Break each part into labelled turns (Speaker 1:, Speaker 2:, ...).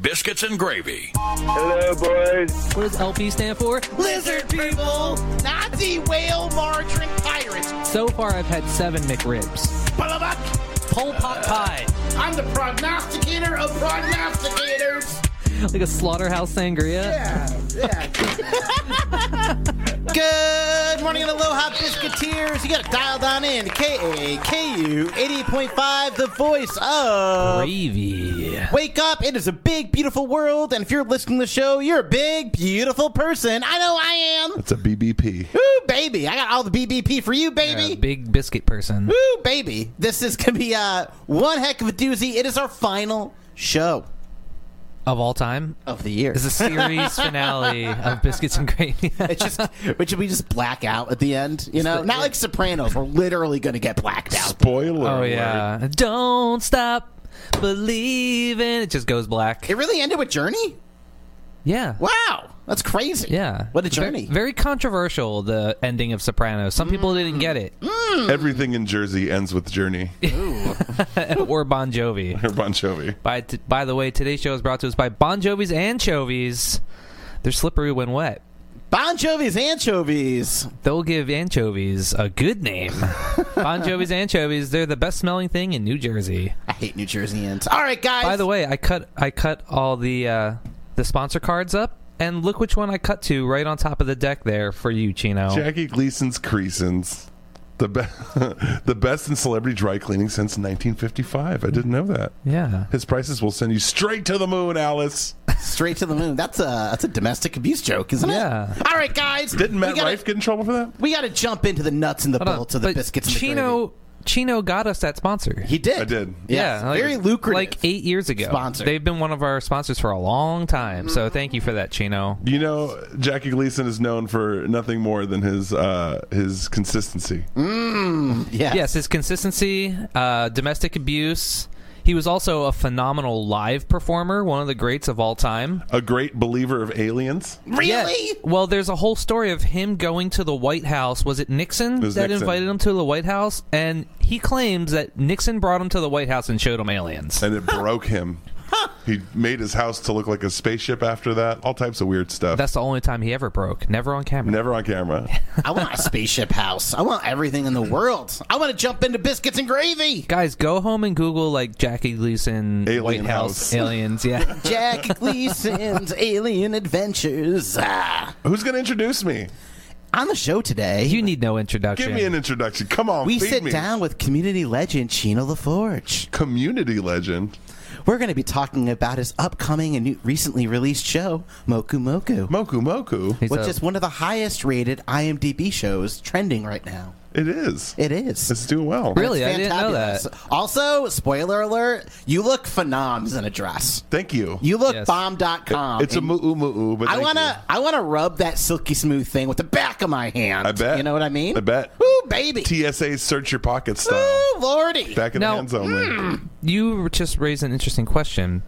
Speaker 1: biscuits and gravy.
Speaker 2: Hello, boys.
Speaker 3: What does LP stand for?
Speaker 4: Lizard people, Nazi whale margarine pirates.
Speaker 3: So far, I've had seven McRibs.
Speaker 4: Bullabuck,
Speaker 3: Pole pot pie.
Speaker 4: I'm the prognosticator of prognosticators.
Speaker 3: Like a slaughterhouse sangria.
Speaker 4: Yeah, yeah. Good morning and aloha, biscuiteers. You got it dialed on in to KAKU 88.5, the voice of
Speaker 3: Uh, Gravy.
Speaker 4: Wake Up. It is a big, beautiful world. And if you're listening to the show, you're a big, beautiful person. I know I am.
Speaker 5: It's a BBP.
Speaker 4: Ooh, baby. I got all the BBP for you, baby.
Speaker 3: A big biscuit person.
Speaker 4: Woo, baby. This is going to be uh, one heck of a doozy. It is our final show
Speaker 3: Of all time.
Speaker 4: of the year.
Speaker 3: It's a series finale of biscuits and gravy.
Speaker 4: It's just, which we just black out at the end, you know? Not like Sopranos. We're literally going to get blacked out.
Speaker 5: Spoiler.
Speaker 3: oh
Speaker 5: alert.
Speaker 3: yeah. Don't stop believing. It just goes black.
Speaker 4: It really ended with Journey?
Speaker 3: Yeah.
Speaker 4: Wow. That's crazy.
Speaker 3: Yeah.
Speaker 4: What a
Speaker 3: Ve-
Speaker 4: journey. Mm.
Speaker 3: Very, controversial, the ending of Sopranos. Some people didn't get it.
Speaker 5: Everything in Jersey ends with Journey
Speaker 3: or Bon Jovi.
Speaker 5: or Bon Jovi.
Speaker 3: By, t- by the way, today's show is brought to us by Bon Jovi's Anchovies. They're slippery when wet.
Speaker 4: bon Jovi's anchovies.
Speaker 3: They'll give anchovies a good name. bon Jovi's anchovies, they're the best smelling thing in New Jersey.
Speaker 4: I hate New Jerseyans. All right, guys.
Speaker 3: By the way, I cut I cut all the uh, the sponsor cards up, and look which one I cut to right on top of the deck there for you, Chino.
Speaker 5: Jackie Gleason's Creasons. The, be- the best in celebrity dry cleaning since 1955. I didn't know that.
Speaker 3: Yeah,
Speaker 5: His prices will send you straight to the moon, Alice.
Speaker 4: straight to the moon. That's a that's a domestic abuse joke, isn't
Speaker 3: Yeah.
Speaker 4: it? All right, guys.
Speaker 5: Didn't Matt
Speaker 4: we gotta,
Speaker 5: Rife get in trouble for that?
Speaker 4: We got to jump into the nuts and the
Speaker 3: Hold on,
Speaker 4: bolts of the
Speaker 3: but
Speaker 4: biscuits.
Speaker 3: Chino
Speaker 4: and the gravy.
Speaker 3: Chino got us that sponsor.
Speaker 4: he did.
Speaker 5: I did.
Speaker 4: Yes.
Speaker 3: like-
Speaker 4: very lucrative.
Speaker 3: Like eight years ago,
Speaker 4: sponsor. Mm-hmm.
Speaker 3: They've been one of our sponsors for a long time, so thank you for that, Chino.
Speaker 5: You know, Jackie Gleason is known for nothing more than his uh, his consistency.
Speaker 4: yes.
Speaker 3: Yes, his consistency, uh, domestic abuse. He was also a phenomenal live performer, one of the greats of all time.
Speaker 5: A great believer of aliens.
Speaker 4: Really?
Speaker 3: Well, there's a whole story of him going to the White House. Was it Nixon
Speaker 5: was
Speaker 3: that
Speaker 5: Nixon.
Speaker 3: invited him to the White House? And he claims that Nixon brought him to the White House and showed him aliens.
Speaker 5: And it broke him. He made his house to look like a spaceship after that. All types of weird stuff.
Speaker 3: That's the only time he ever broke. Never on camera.
Speaker 5: Never on camera.
Speaker 4: I want a spaceship house. I want everything in the world. I want to jump into biscuits and gravy.
Speaker 3: Guys, go home and Google like Jackie Gleason
Speaker 5: Alien
Speaker 3: White House
Speaker 5: House.
Speaker 3: aliens. Yeah,
Speaker 4: Jack Gleason's alien adventures. Ah.
Speaker 5: Who's going to introduce me?
Speaker 4: on the show today,
Speaker 3: you need no introduction.
Speaker 5: Give me an introduction. Come on,
Speaker 4: we
Speaker 5: feed
Speaker 4: sit
Speaker 5: me.
Speaker 4: down with community legend Chino LaForge.
Speaker 5: Community legend
Speaker 4: We're going to be talking about his upcoming and new, recently released show, Moku Moku,
Speaker 5: Moku Moku.
Speaker 3: He's
Speaker 4: which
Speaker 3: a-
Speaker 4: is one of the highest rated IMDb shows trending right now.
Speaker 5: It is.
Speaker 4: It is.
Speaker 5: It's doing well.
Speaker 3: really.
Speaker 4: It's
Speaker 3: I didn't know that.
Speaker 4: fantabulous. Also, spoiler alert, you look phenoms in a dress.
Speaker 5: Thank you.
Speaker 4: You look
Speaker 3: Yes.
Speaker 4: bomb.com.
Speaker 5: it's a
Speaker 4: and
Speaker 5: moo moo. But
Speaker 4: I
Speaker 5: thank
Speaker 4: want
Speaker 5: you.
Speaker 4: to I want to rub that silky smooth thing with the back of my hand.
Speaker 5: I bet.
Speaker 4: You know what I mean?
Speaker 5: I bet.
Speaker 4: Ooh, baby.
Speaker 5: TSA search your pocket style.
Speaker 4: Ooh, lordy.
Speaker 5: Back in
Speaker 3: Now-
Speaker 5: the hands only.
Speaker 4: Mm.
Speaker 3: You just raised an interesting question.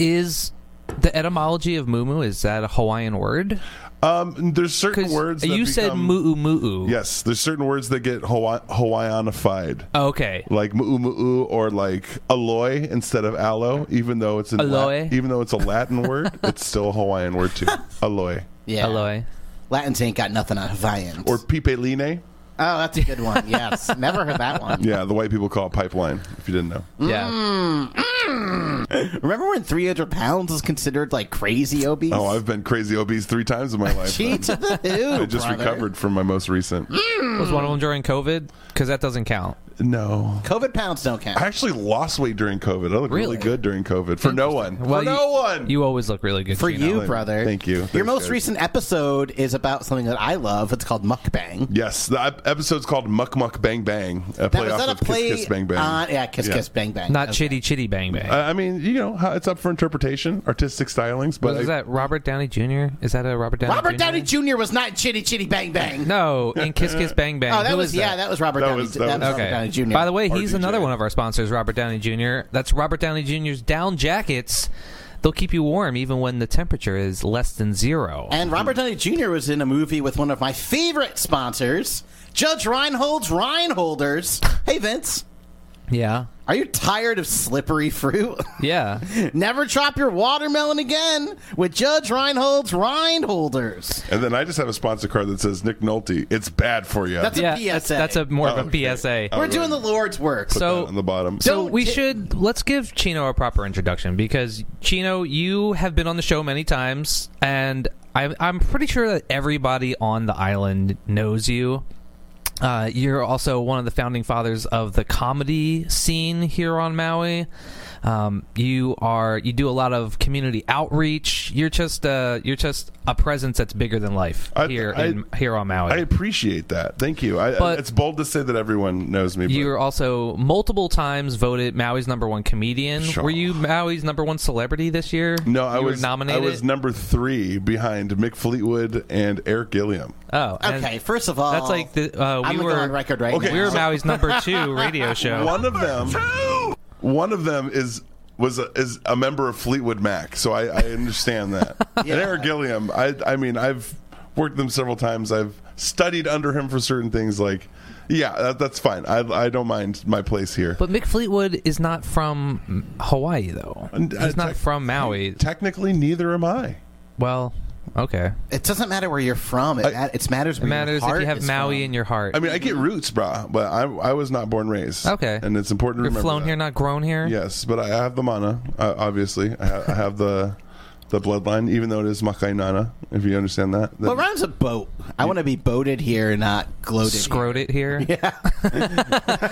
Speaker 3: Is the etymology of mumu is that a Hawaiian word?
Speaker 5: Um, there's certain
Speaker 3: Because
Speaker 5: words. That
Speaker 3: you said
Speaker 5: become-
Speaker 3: mu'u mu'u.
Speaker 5: Yes, there's certain words that get Hawaii- Hawaiianified,
Speaker 3: Okay.
Speaker 5: like mu'u mu'u or like alloy instead of aloe, even though it's in Lat-
Speaker 3: Alloy.
Speaker 5: even though it's a Latin word, it's still a Hawaiian word too. Alloy
Speaker 4: Yeah.
Speaker 3: Aloy.
Speaker 4: Latins ain't got nothing on Hawaiian.
Speaker 5: or pipeline.
Speaker 4: oh, that's a good one. Yes. Never heard that one.
Speaker 5: Yeah, the white people call it pipeline. If you didn't know.
Speaker 3: Yeah.
Speaker 4: Remember when 300 pounds was considered like crazy obese?
Speaker 5: Oh, I've been crazy obese three times in my life.
Speaker 4: Gee to the who,
Speaker 5: I just
Speaker 4: brother. Mm.
Speaker 5: recovered from my most recent.
Speaker 3: Was one of them during COVID? Because that doesn't count.
Speaker 5: No.
Speaker 4: COVID pounds don't count.
Speaker 5: I actually lost weight during COVID. I looked really,
Speaker 3: Really?
Speaker 5: good during COVID. For no one. For
Speaker 3: you,
Speaker 5: no one.
Speaker 3: You always look really good
Speaker 4: For
Speaker 3: Gino.
Speaker 4: you, brother.
Speaker 5: Thank you.
Speaker 4: Your
Speaker 5: Thanks,
Speaker 4: most
Speaker 5: guys.
Speaker 4: recent episode is about something that I love. It's called mukbang.
Speaker 5: yes, the ep- episode's called Muck Muck Bang Bang. A
Speaker 4: That
Speaker 5: play
Speaker 4: was
Speaker 5: off
Speaker 4: that a
Speaker 5: of
Speaker 4: play?
Speaker 5: Kiss Kiss Bang Bang.
Speaker 4: on- yeah, kiss kiss bang bang.
Speaker 3: Not
Speaker 4: Okay.
Speaker 3: chitty chitty bang bang.
Speaker 5: I I mean, you know, how- it's up for interpretation, artistic stylings, but
Speaker 3: was
Speaker 5: I-
Speaker 3: that Robert Downey Jr.? Is that a Robert Downey?
Speaker 4: Robert
Speaker 3: Jr.?
Speaker 4: Downey Jr. was not chitty chitty bang bang.
Speaker 3: No, in Kiss Kiss Bang Bang.
Speaker 4: Oh, that
Speaker 3: Who
Speaker 4: was
Speaker 3: is
Speaker 4: yeah, that was Robert
Speaker 5: That
Speaker 4: Downey.
Speaker 5: was-
Speaker 4: that
Speaker 5: that
Speaker 4: was
Speaker 5: was-
Speaker 4: Robert Downey Jr.
Speaker 3: By the way, he's
Speaker 5: RDJ.
Speaker 3: another one of our sponsors, Robert Downey Jr. That's Robert Downey Jr.'s down jackets. They'll keep you warm even when the temperature is less than zero.
Speaker 4: and Robert Downey Jr. was in a movie with one of my favorite sponsors, Judge Reinhold's Reinholders. Hey Vince.
Speaker 3: Yeah.
Speaker 4: Are you tired of slippery fruit?
Speaker 3: Yeah.
Speaker 4: Never chop your watermelon again with Judge Reinhold's Reinholders.
Speaker 5: And then I just have a sponsor card that says Nick Nolte. It's bad for you.
Speaker 4: That's a
Speaker 3: yeah.
Speaker 4: PSA.
Speaker 3: That's, that's a more of a
Speaker 5: Okay.
Speaker 3: PSA.
Speaker 5: Oh,
Speaker 4: We're doing the Lord's work.
Speaker 5: Put
Speaker 3: so-
Speaker 5: that on the bottom.
Speaker 3: Um, So
Speaker 4: Don't
Speaker 3: we
Speaker 4: ta-
Speaker 3: should let's give Chino a proper introduction because Chino, you have been on the show many times, and I'm I'm pretty sure that everybody on the island knows you. Uh, you're also one of the founding fathers of the comedy scene here on Maui. Um, you are you do a lot of community outreach. You're just uh, you're just a presence that's bigger than life
Speaker 5: I-
Speaker 3: here
Speaker 5: I-
Speaker 3: in, here on Maui.
Speaker 5: I appreciate that. Thank you. I,
Speaker 3: But-
Speaker 5: it's bold to say that everyone knows me. But
Speaker 3: You were also multiple times voted Maui's number one comedian.
Speaker 5: Sure.
Speaker 3: Were you Maui's number one celebrity this year?
Speaker 5: no, I
Speaker 3: You were
Speaker 5: was
Speaker 3: nominated.
Speaker 5: I was number three behind Mick Fleetwood and Eric Gilliam.
Speaker 3: oh, and
Speaker 4: okay, first of all,
Speaker 3: That's like the, uh, we
Speaker 4: I'm gonna
Speaker 3: were
Speaker 4: go on record right
Speaker 5: Okay.
Speaker 4: now.
Speaker 3: We were
Speaker 5: So-
Speaker 3: Maui's number two radio show.
Speaker 5: One of them. One of them is was a, is a member of Fleetwood Mac, so I, I understand that. And Eric Gilliam, I I mean I've worked with him several times. I've studied under him for certain things. Like, yeah, that, that's fine. I I don't mind my place here.
Speaker 3: But Mick Fleetwood is not from Hawaii, though.
Speaker 5: And, uh,
Speaker 3: He's not
Speaker 5: tech-
Speaker 3: from Maui.
Speaker 5: Technically, neither am I.
Speaker 3: well, okay.
Speaker 4: It doesn't matter where you're from. It, ma- it matters.
Speaker 3: It matters if you have Maui
Speaker 4: and
Speaker 3: in your heart.
Speaker 5: I mean, I get roots, brah, but I I was not born raised.
Speaker 3: Mm-hmm. Okay.
Speaker 5: and it's important to
Speaker 3: You're
Speaker 5: remember
Speaker 3: flown
Speaker 5: that.
Speaker 3: here, not grown here.
Speaker 5: Yes, but I have the mana. Uh, obviously, I, ha- I have the the bloodline, even though it is makainana. If you understand that, That-
Speaker 4: What rhymes with boat? I want to be boated here, not gloated.
Speaker 3: Screwed it here. Yeah.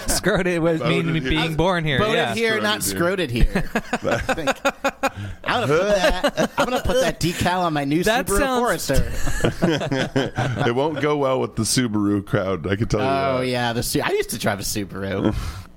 Speaker 3: Screwed it was
Speaker 5: Voted
Speaker 3: mean
Speaker 5: here.
Speaker 3: being born here.
Speaker 4: here. Boated
Speaker 3: yeah.
Speaker 4: here, not scroted
Speaker 5: Scroted
Speaker 4: here. I think. I'm gonna put that. I'm gonna put that decal on my new
Speaker 3: That
Speaker 4: Subaru
Speaker 3: sounds-
Speaker 4: Forester.
Speaker 5: it won't go well with the Subaru crowd. I can tell you.
Speaker 4: Oh
Speaker 5: that.
Speaker 4: yeah, the Su- I used to drive a Subaru.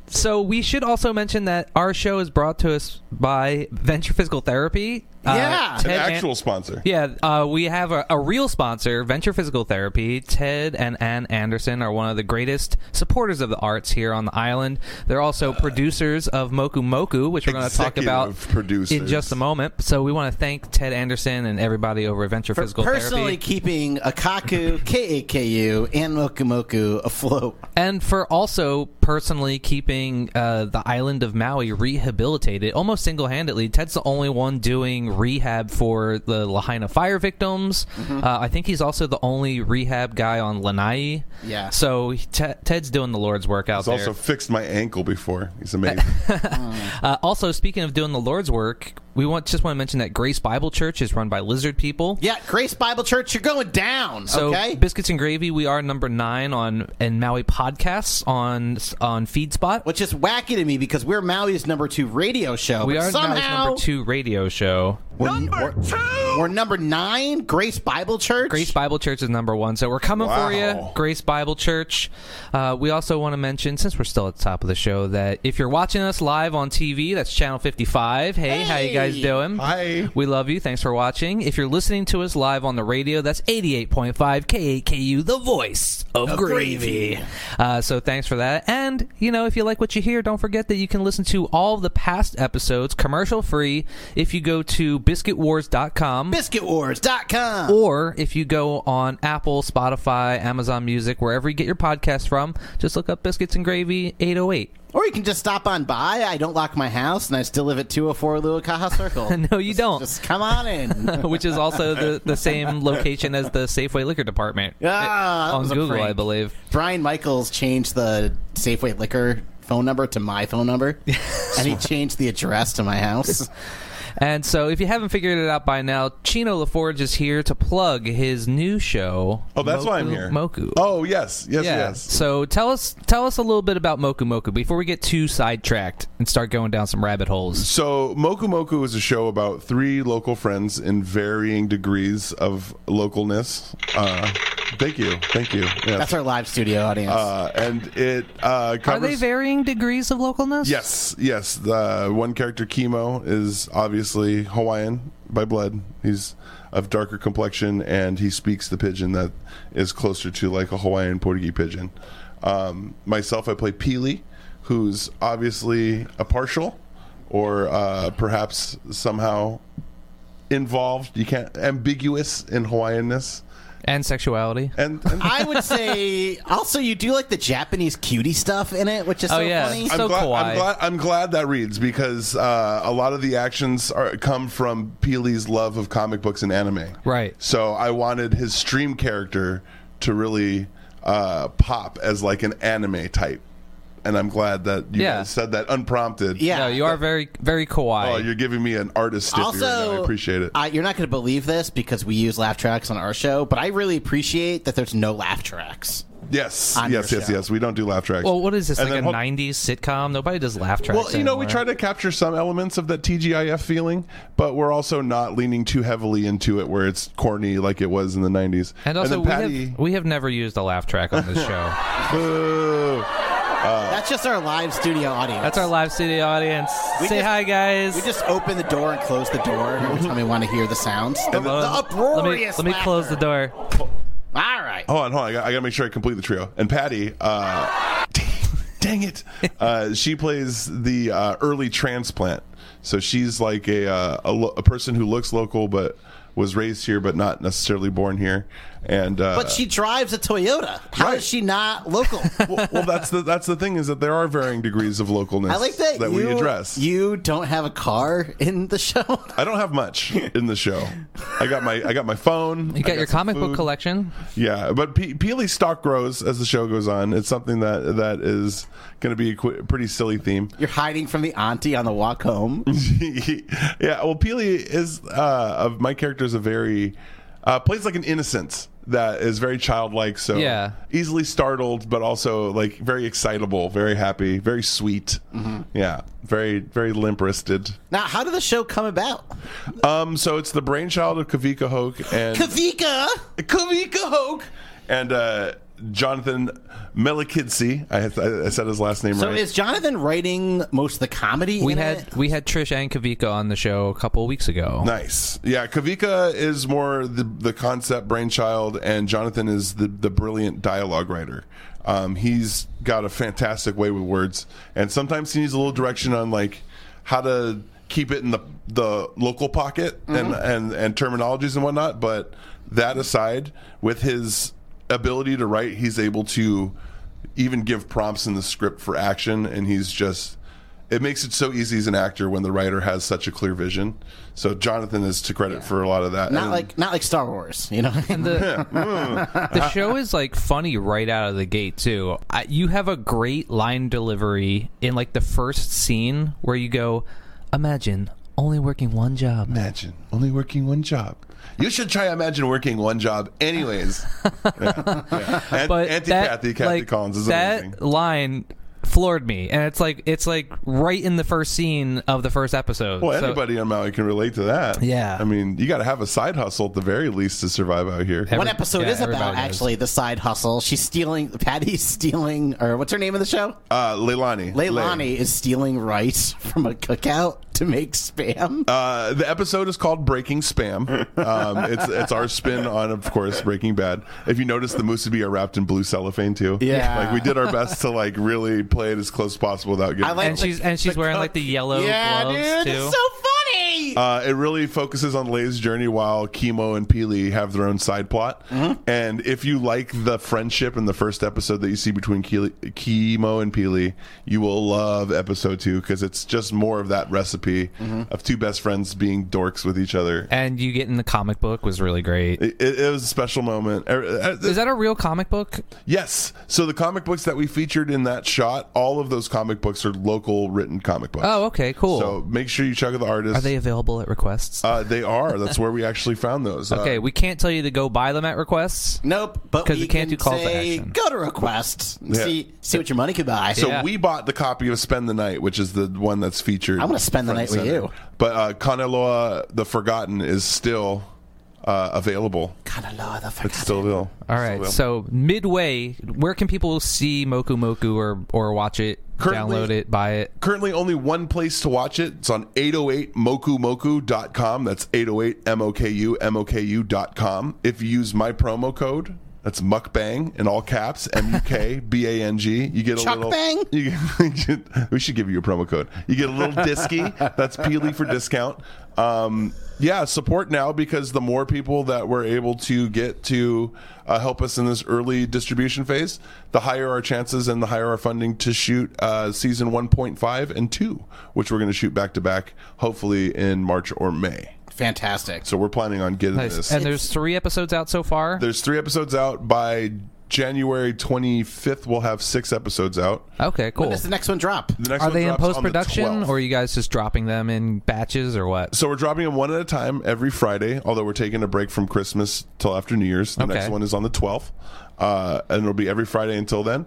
Speaker 3: So we should also mention that our show is brought to us by Venture Physical Therapy. Uh,
Speaker 4: Yeah. An
Speaker 5: an
Speaker 3: Ted and-
Speaker 5: actual sponsor.
Speaker 3: yeah, uh, we have a, a real sponsor, Venture Physical Therapy. Ted and Ann Anderson are one of the greatest supporters of the arts here on the island. They're also producers of Moku Moku, which we're going to talk
Speaker 5: Uh, Executive
Speaker 3: about
Speaker 5: producers.
Speaker 3: in just a moment. So we want to thank Ted Anderson and everybody over at Venture Physical
Speaker 4: Personally,
Speaker 3: Therapy.
Speaker 4: keeping Akaku, Kaku, and Mokumoku afloat.
Speaker 3: and for also personally keeping uh, the island of Maui rehabilitated almost single handedly. Ted's the only one doing rehab for the Lahaina fire victims.
Speaker 4: Mm-hmm.
Speaker 3: Uh, I think he's also the only rehab guy on Lanai.
Speaker 4: Yeah.
Speaker 3: So Te- Ted's doing the Lord's work out
Speaker 5: He's
Speaker 3: there.
Speaker 5: also fixed my ankle before. He's amazing.
Speaker 3: Uh, also, speaking of doing the Lord's work, we want just want to mention that Grace Bible Church is run by lizard people.
Speaker 4: Yeah, Grace Bible Church, you're going down.
Speaker 3: So
Speaker 4: okay.
Speaker 3: biscuits and gravy, we are number nine on in Maui podcasts on on FeedSpot.
Speaker 4: which is wacky to me because we're Maui's number two radio show.
Speaker 3: we
Speaker 4: but
Speaker 3: are
Speaker 4: somehow
Speaker 3: Maui's number two radio show.
Speaker 4: We're, number two. We're number nine. Grace Bible Church.
Speaker 3: Grace Bible Church is number one, so we're coming for
Speaker 5: Wow.
Speaker 3: you, Grace Bible Church. Uh, we also want to mention, since we're still at the top of the show, that if you're watching us live on TV, that's channel 55. Hey, how you guys
Speaker 4: Hey.
Speaker 3: doing?
Speaker 5: Hi.
Speaker 3: We love you. Thanks for watching. If you're listening to us live on the radio, that's 88.5 KAKU, the voice of gravy. Uh, so thanks for that. And, you know, if you like what you hear, don't forget that you can listen to all the past episodes commercial free if you go to biscuitwars.com.
Speaker 4: BiscuitWars.com.
Speaker 3: Or if you go on Apple, Spotify, Amazon Music, wherever you get your podcast from, just look up Biscuits and Gravy 808.
Speaker 4: Or you can just stop on by. I don't lock my house, and I still live at 204 Lua Caja Circle.
Speaker 3: No, you
Speaker 4: Just-
Speaker 3: don't.
Speaker 4: Just come on in.
Speaker 3: Which is also the, the same location as the Safeway Liquor Department.
Speaker 4: Ah, that
Speaker 3: on
Speaker 4: was a
Speaker 3: Google,
Speaker 4: prank.
Speaker 3: I believe.
Speaker 4: Brian Michaels changed the Safeway liquor phone number to my phone number, and he changed the address to my house.
Speaker 3: And so, if you haven't figured it out by now, Chino LaForge is here to plug his new show.
Speaker 5: Oh, that's why I'm
Speaker 3: Moku
Speaker 5: here.
Speaker 3: Moku.
Speaker 5: Oh yes, yes, yes.
Speaker 3: So tell us, tell us a little bit about Moku Moku before we get too sidetracked and start going down some rabbit holes.
Speaker 5: So Moku Moku is a show about three local friends in varying degrees of localness. Uh, thank you, thank you. Yes.
Speaker 4: That's our live studio audience.
Speaker 5: uh, and it
Speaker 3: Are
Speaker 5: uh, covers.
Speaker 3: they varying degrees of localness?
Speaker 5: Yes, yes. The one character, Chemo, is obviously Hawaiian by blood. He's of darker complexion, and he speaks the pigeon that is closer to like a Hawaiian Portuguese pigeon. Um, myself, I play Peely, who's obviously a partial, or uh, perhaps somehow involved. You can't ambiguous in Hawaiianness.
Speaker 3: and sexuality.
Speaker 5: And, and
Speaker 4: I would say also you do like the Japanese cutie stuff in it, which is
Speaker 3: Oh,
Speaker 4: so
Speaker 3: yeah.
Speaker 4: funny.
Speaker 3: So
Speaker 5: I'm glad,
Speaker 3: kawaii.
Speaker 5: I'm glad. I'm glad that reads because uh, a lot of the actions are, come from Peely's love of comic books and anime.
Speaker 3: Right.
Speaker 5: So I wanted his stream character to really uh, pop as like an anime type, and I'm glad that you
Speaker 3: Yeah.
Speaker 5: guys said that unprompted.
Speaker 4: Yeah.
Speaker 3: No, you are very very kawaii.
Speaker 5: Oh, you're giving me an artist sticker right now. I
Speaker 4: Also,
Speaker 5: appreciate it.
Speaker 4: I, you're not going to believe this because we use laugh tracks on our show, but I really appreciate that there's no laugh tracks.
Speaker 5: yes,
Speaker 4: on
Speaker 5: yes,
Speaker 4: your
Speaker 5: yes,
Speaker 4: show.
Speaker 5: yes. We don't do laugh tracks.
Speaker 3: well, what is this
Speaker 5: And
Speaker 3: like a
Speaker 5: then hold-
Speaker 3: '90s sitcom? Nobody does laugh tracks.
Speaker 5: Well, you know, we
Speaker 3: anymore.
Speaker 5: try to capture some elements of that TGIF feeling, but we're also not leaning too heavily into it where it's corny like it was in the 90s.
Speaker 3: And also,
Speaker 5: then
Speaker 3: we,
Speaker 5: Patty,
Speaker 3: have, we have never used a laugh track on this show.
Speaker 5: boo. Uh.
Speaker 4: That's just our live studio audience.
Speaker 3: That's our live studio audience.
Speaker 4: We
Speaker 3: Say
Speaker 4: just-
Speaker 3: hi, guys.
Speaker 4: We just open the door and close the door every time we want to hear the sounds. The,
Speaker 3: Hold on.
Speaker 4: uproarious
Speaker 3: Um, Let me, let me close the
Speaker 4: laughter.
Speaker 3: door.
Speaker 4: All right.
Speaker 5: Hold on, hold on. I got, I got to make sure I complete the trio. And Patty, uh, dang it, uh, she plays the uh, early transplant. So she's like a, uh, a lo- a person who looks local but was raised here but not necessarily born here. And uh,
Speaker 4: But she drives a Toyota. How is
Speaker 5: Right.
Speaker 4: she not local?
Speaker 5: well, well, that's the that's the thing is that there are varying degrees of localness
Speaker 4: I like that, you,
Speaker 5: we address.
Speaker 4: You don't have a car in the show.
Speaker 5: I don't have much in the show. I got my I got my phone.
Speaker 3: You
Speaker 5: I
Speaker 3: got your
Speaker 5: some
Speaker 3: comic book
Speaker 5: food.
Speaker 3: collection.
Speaker 5: Yeah, but Pe- Peely's stock grows as the show goes on. It's something that that is going to be a qu- pretty silly theme.
Speaker 4: You're hiding from the auntie on the walk home.
Speaker 5: yeah, well, Peely is uh, of my character is a very uh, plays like an innocence that is very childlike, so
Speaker 3: Yeah.
Speaker 5: easily startled, but also like very excitable, very happy, very sweet. Yeah, very very limp wristed.
Speaker 4: Now, how did the show come about?
Speaker 5: Um, so it's the brainchild of Kavika Hoke and
Speaker 4: Kavika!
Speaker 5: Kavika Hoke and uh, Jonathan Melikidze. I, I, I said his last name
Speaker 4: So
Speaker 5: right.
Speaker 4: is Jonathan writing most of the comedy?
Speaker 3: We
Speaker 4: in
Speaker 3: had
Speaker 4: it?
Speaker 3: we had Trish and Kavika on the show a couple weeks ago.
Speaker 5: Nice. Yeah, Kavika is more the, the concept brainchild, and Jonathan is the, the brilliant dialogue writer. Um, he's got a fantastic way with words, and sometimes he needs a little direction on like how to keep it in the the local pocket and, and and terminologies and whatnot. But that aside, with his ability to write, he's able to even give prompts in the script for action, and he's just it makes it so easy as an actor when the writer has such a clear vision. So Jonathan is to credit for a lot of that.
Speaker 4: not
Speaker 5: And-
Speaker 4: like not like Star Wars, you know.
Speaker 3: The, the show is like funny right out of the gate too. I, you have a great line delivery in like the first scene where you go, "Imagine only working one job."
Speaker 5: imagine only working one job. You should try imagine working one job, anyways. yeah, yeah. And,
Speaker 3: But
Speaker 5: Auntie
Speaker 3: that,
Speaker 5: Kathy, Kathy
Speaker 3: like,
Speaker 5: Collins is
Speaker 3: that
Speaker 5: amazing.
Speaker 3: line floored me, and it's like it's like right in the first scene of the first episode.
Speaker 5: Well,
Speaker 3: So-
Speaker 5: anybody on Maui can relate to that.
Speaker 3: Yeah.
Speaker 5: I mean, you got to have a side hustle at the very least to survive out here.
Speaker 3: Every-
Speaker 4: One episode
Speaker 3: yeah,
Speaker 4: is about
Speaker 3: everybody does.
Speaker 4: actually the side hustle. She's stealing. Patty's stealing, or what's her name of the show?
Speaker 5: Uh, Leilani.
Speaker 4: Leilani
Speaker 5: Lei.
Speaker 4: is stealing rice from a cookout to make spam.
Speaker 5: Uh, the episode is called Breaking Spam. Um, it's it's our spin on, of course, Breaking Bad. If you notice, the musubi are wrapped in blue cellophane too.
Speaker 4: Yeah.
Speaker 5: like we did our best to like really play it as close as possible without getting.
Speaker 4: I like-
Speaker 3: and she's and she's wearing like the yellow
Speaker 4: yeah,
Speaker 3: gloves
Speaker 4: dude,
Speaker 3: too.
Speaker 4: it's so funny.
Speaker 5: Uh, it really focuses on Lay's journey while Chemo and Peely have their own side plot.
Speaker 4: Mm-hmm.
Speaker 5: And if you like the friendship in the first episode that you see between Keely, Chemo and Peely, you will love episode two because it's just more of that recipe
Speaker 4: Mm-hmm.
Speaker 5: of two best friends being dorks with each other.
Speaker 3: and you get in the comic book was really great.
Speaker 5: It, it, it was a special moment. Er- er-
Speaker 3: Is that a real comic book?
Speaker 5: Yes. So the comic books that we featured in that shot, all of those comic books are local written comic books.
Speaker 3: Oh, okay, cool.
Speaker 5: So make sure you check out the artists.
Speaker 3: Are they available at requests?
Speaker 5: Uh, they are. That's where we actually found those. Uh,
Speaker 3: okay, we can't tell you to go buy them at requests.
Speaker 4: nope, but
Speaker 3: 'cause
Speaker 4: we
Speaker 3: it can't do
Speaker 4: can
Speaker 3: calls to
Speaker 4: say,
Speaker 3: action.
Speaker 4: Go to request. and
Speaker 5: Yeah.
Speaker 4: See see what your money could buy.
Speaker 5: So
Speaker 3: Yeah.
Speaker 5: we bought the copy of Spend the Night, which is the one that's featured.
Speaker 4: I wanna spend the
Speaker 5: front
Speaker 4: night with
Speaker 5: center.
Speaker 4: you.
Speaker 5: But uh, Kaneloa the Forgotten is still uh, available.
Speaker 4: God, I love the
Speaker 5: It's still available.
Speaker 3: All right, so midway, where can people see Moku Moku or or watch it,
Speaker 5: Currently-
Speaker 3: download it, buy it?
Speaker 5: currently only one place to watch it. It's on 808mokumoku.com. That's 808moku moku.com. If you use my promo code, That's mukbang in all caps, M U K B A N G. You get a
Speaker 4: Chuck
Speaker 5: little
Speaker 4: bang?
Speaker 5: You get, we should give you a promo code. You get a little disky. That's Peely for discount. Um, yeah, support now because the more people that we're able to get to uh, help us in this early distribution phase, the higher our chances and the higher our funding to shoot uh, season 1.5 and 2, which we're going to shoot back to back, hopefully in March or May.
Speaker 4: Fantastic.
Speaker 5: So we're planning on getting
Speaker 3: Nice.
Speaker 5: this.
Speaker 3: And there's three episodes out so far.
Speaker 5: There's three episodes out by January 25th. We'll have six episodes out.
Speaker 3: Okay,
Speaker 4: When
Speaker 3: cool.
Speaker 4: does the next one drop?
Speaker 5: The next
Speaker 3: Are
Speaker 5: one
Speaker 3: they in
Speaker 5: drops on the
Speaker 3: post production,
Speaker 5: 12th.
Speaker 3: or are you guys just dropping them in batches, or what?
Speaker 5: Uh, So we're dropping them one at a time every Friday, although we're taking a break from Christmas till after New Year's. The
Speaker 3: Okay.
Speaker 5: next one is on the 12th, uh, and it'll be every Friday until then,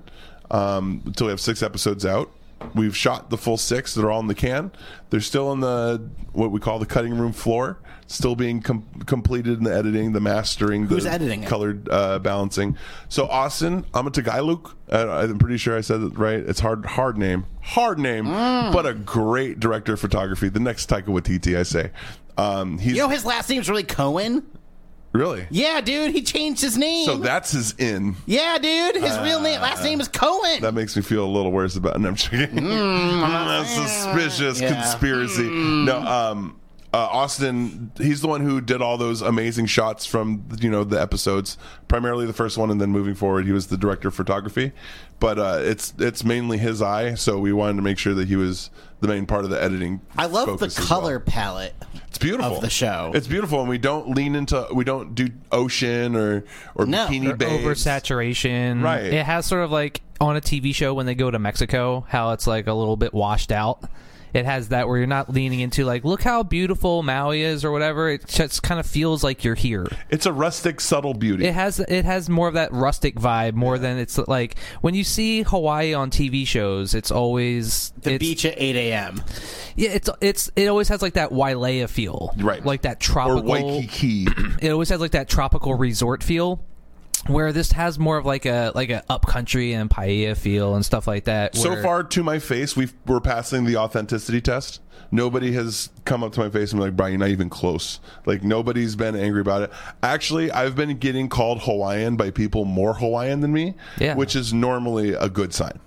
Speaker 5: um, until we have six episodes out. We've shot the full six; they're all in the can. They're still in the what we call the cutting room floor, still being com- completed in the editing, the mastering,
Speaker 4: Who's
Speaker 5: the
Speaker 4: editing it?
Speaker 5: colored uh, balancing. So Austin, I'm a Tagailuk. Uh, I'm pretty sure I said it right. It's hard, hard name, hard name, but a great director of photography. The next Taika Waititi, I say. Um, he's
Speaker 4: You know his last name's really Cohen?
Speaker 5: really
Speaker 4: Yeah, dude, he changed his name.
Speaker 5: so that's his in.
Speaker 4: yeah, dude, his real name last name is Cohen.
Speaker 5: That makes me feel a little worse about. And I'm joking.
Speaker 4: Mm,
Speaker 5: that's suspicious
Speaker 4: Yeah. Mm.
Speaker 5: conspiracy. No, um, uh, Austin, he's the one who did all those amazing shots from you know the episodes, primarily the first one, and then moving forward, he was the director of photography. But uh, it's it's mainly his eye, so we wanted to make sure that he was the main part of the editing.
Speaker 4: I love the
Speaker 5: focus as
Speaker 4: color
Speaker 5: well.
Speaker 4: palette.
Speaker 5: It's beautiful
Speaker 4: of the show.
Speaker 5: It's beautiful, and we don't lean into we don't do ocean or or
Speaker 4: No.
Speaker 5: bikini
Speaker 4: Or
Speaker 5: babes.
Speaker 3: Oversaturation.
Speaker 5: Right.
Speaker 3: It has sort of like on a TV show when they go to Mexico, how it's like a little bit washed out. It has that where you're not leaning into like, look how beautiful Maui is or whatever. It just kind of feels like you're here.
Speaker 5: It's a rustic, subtle beauty.
Speaker 3: It has it has more of that rustic vibe more than it's like when you see Hawaii on TV shows. It's always
Speaker 4: The
Speaker 3: it's,
Speaker 4: beach at 8 a.m.
Speaker 3: Yeah, it's it's it always has like that Wailea feel,
Speaker 5: Right.
Speaker 3: Like that
Speaker 5: or
Speaker 3: tropical.
Speaker 5: Waikiki.
Speaker 3: It always has like that tropical resort feel. Where this has more of like a like a upcountry and paella feel and stuff like that.
Speaker 5: so
Speaker 3: where-
Speaker 5: far, to my face, we've, we're passing the authenticity test. Nobody has come up to my face and been like, Brian, you're not even close. Like, nobody's been angry about it. Actually, I've been getting called Hawaiian by people more Hawaiian than me,
Speaker 3: Yeah.
Speaker 5: which is normally a good sign.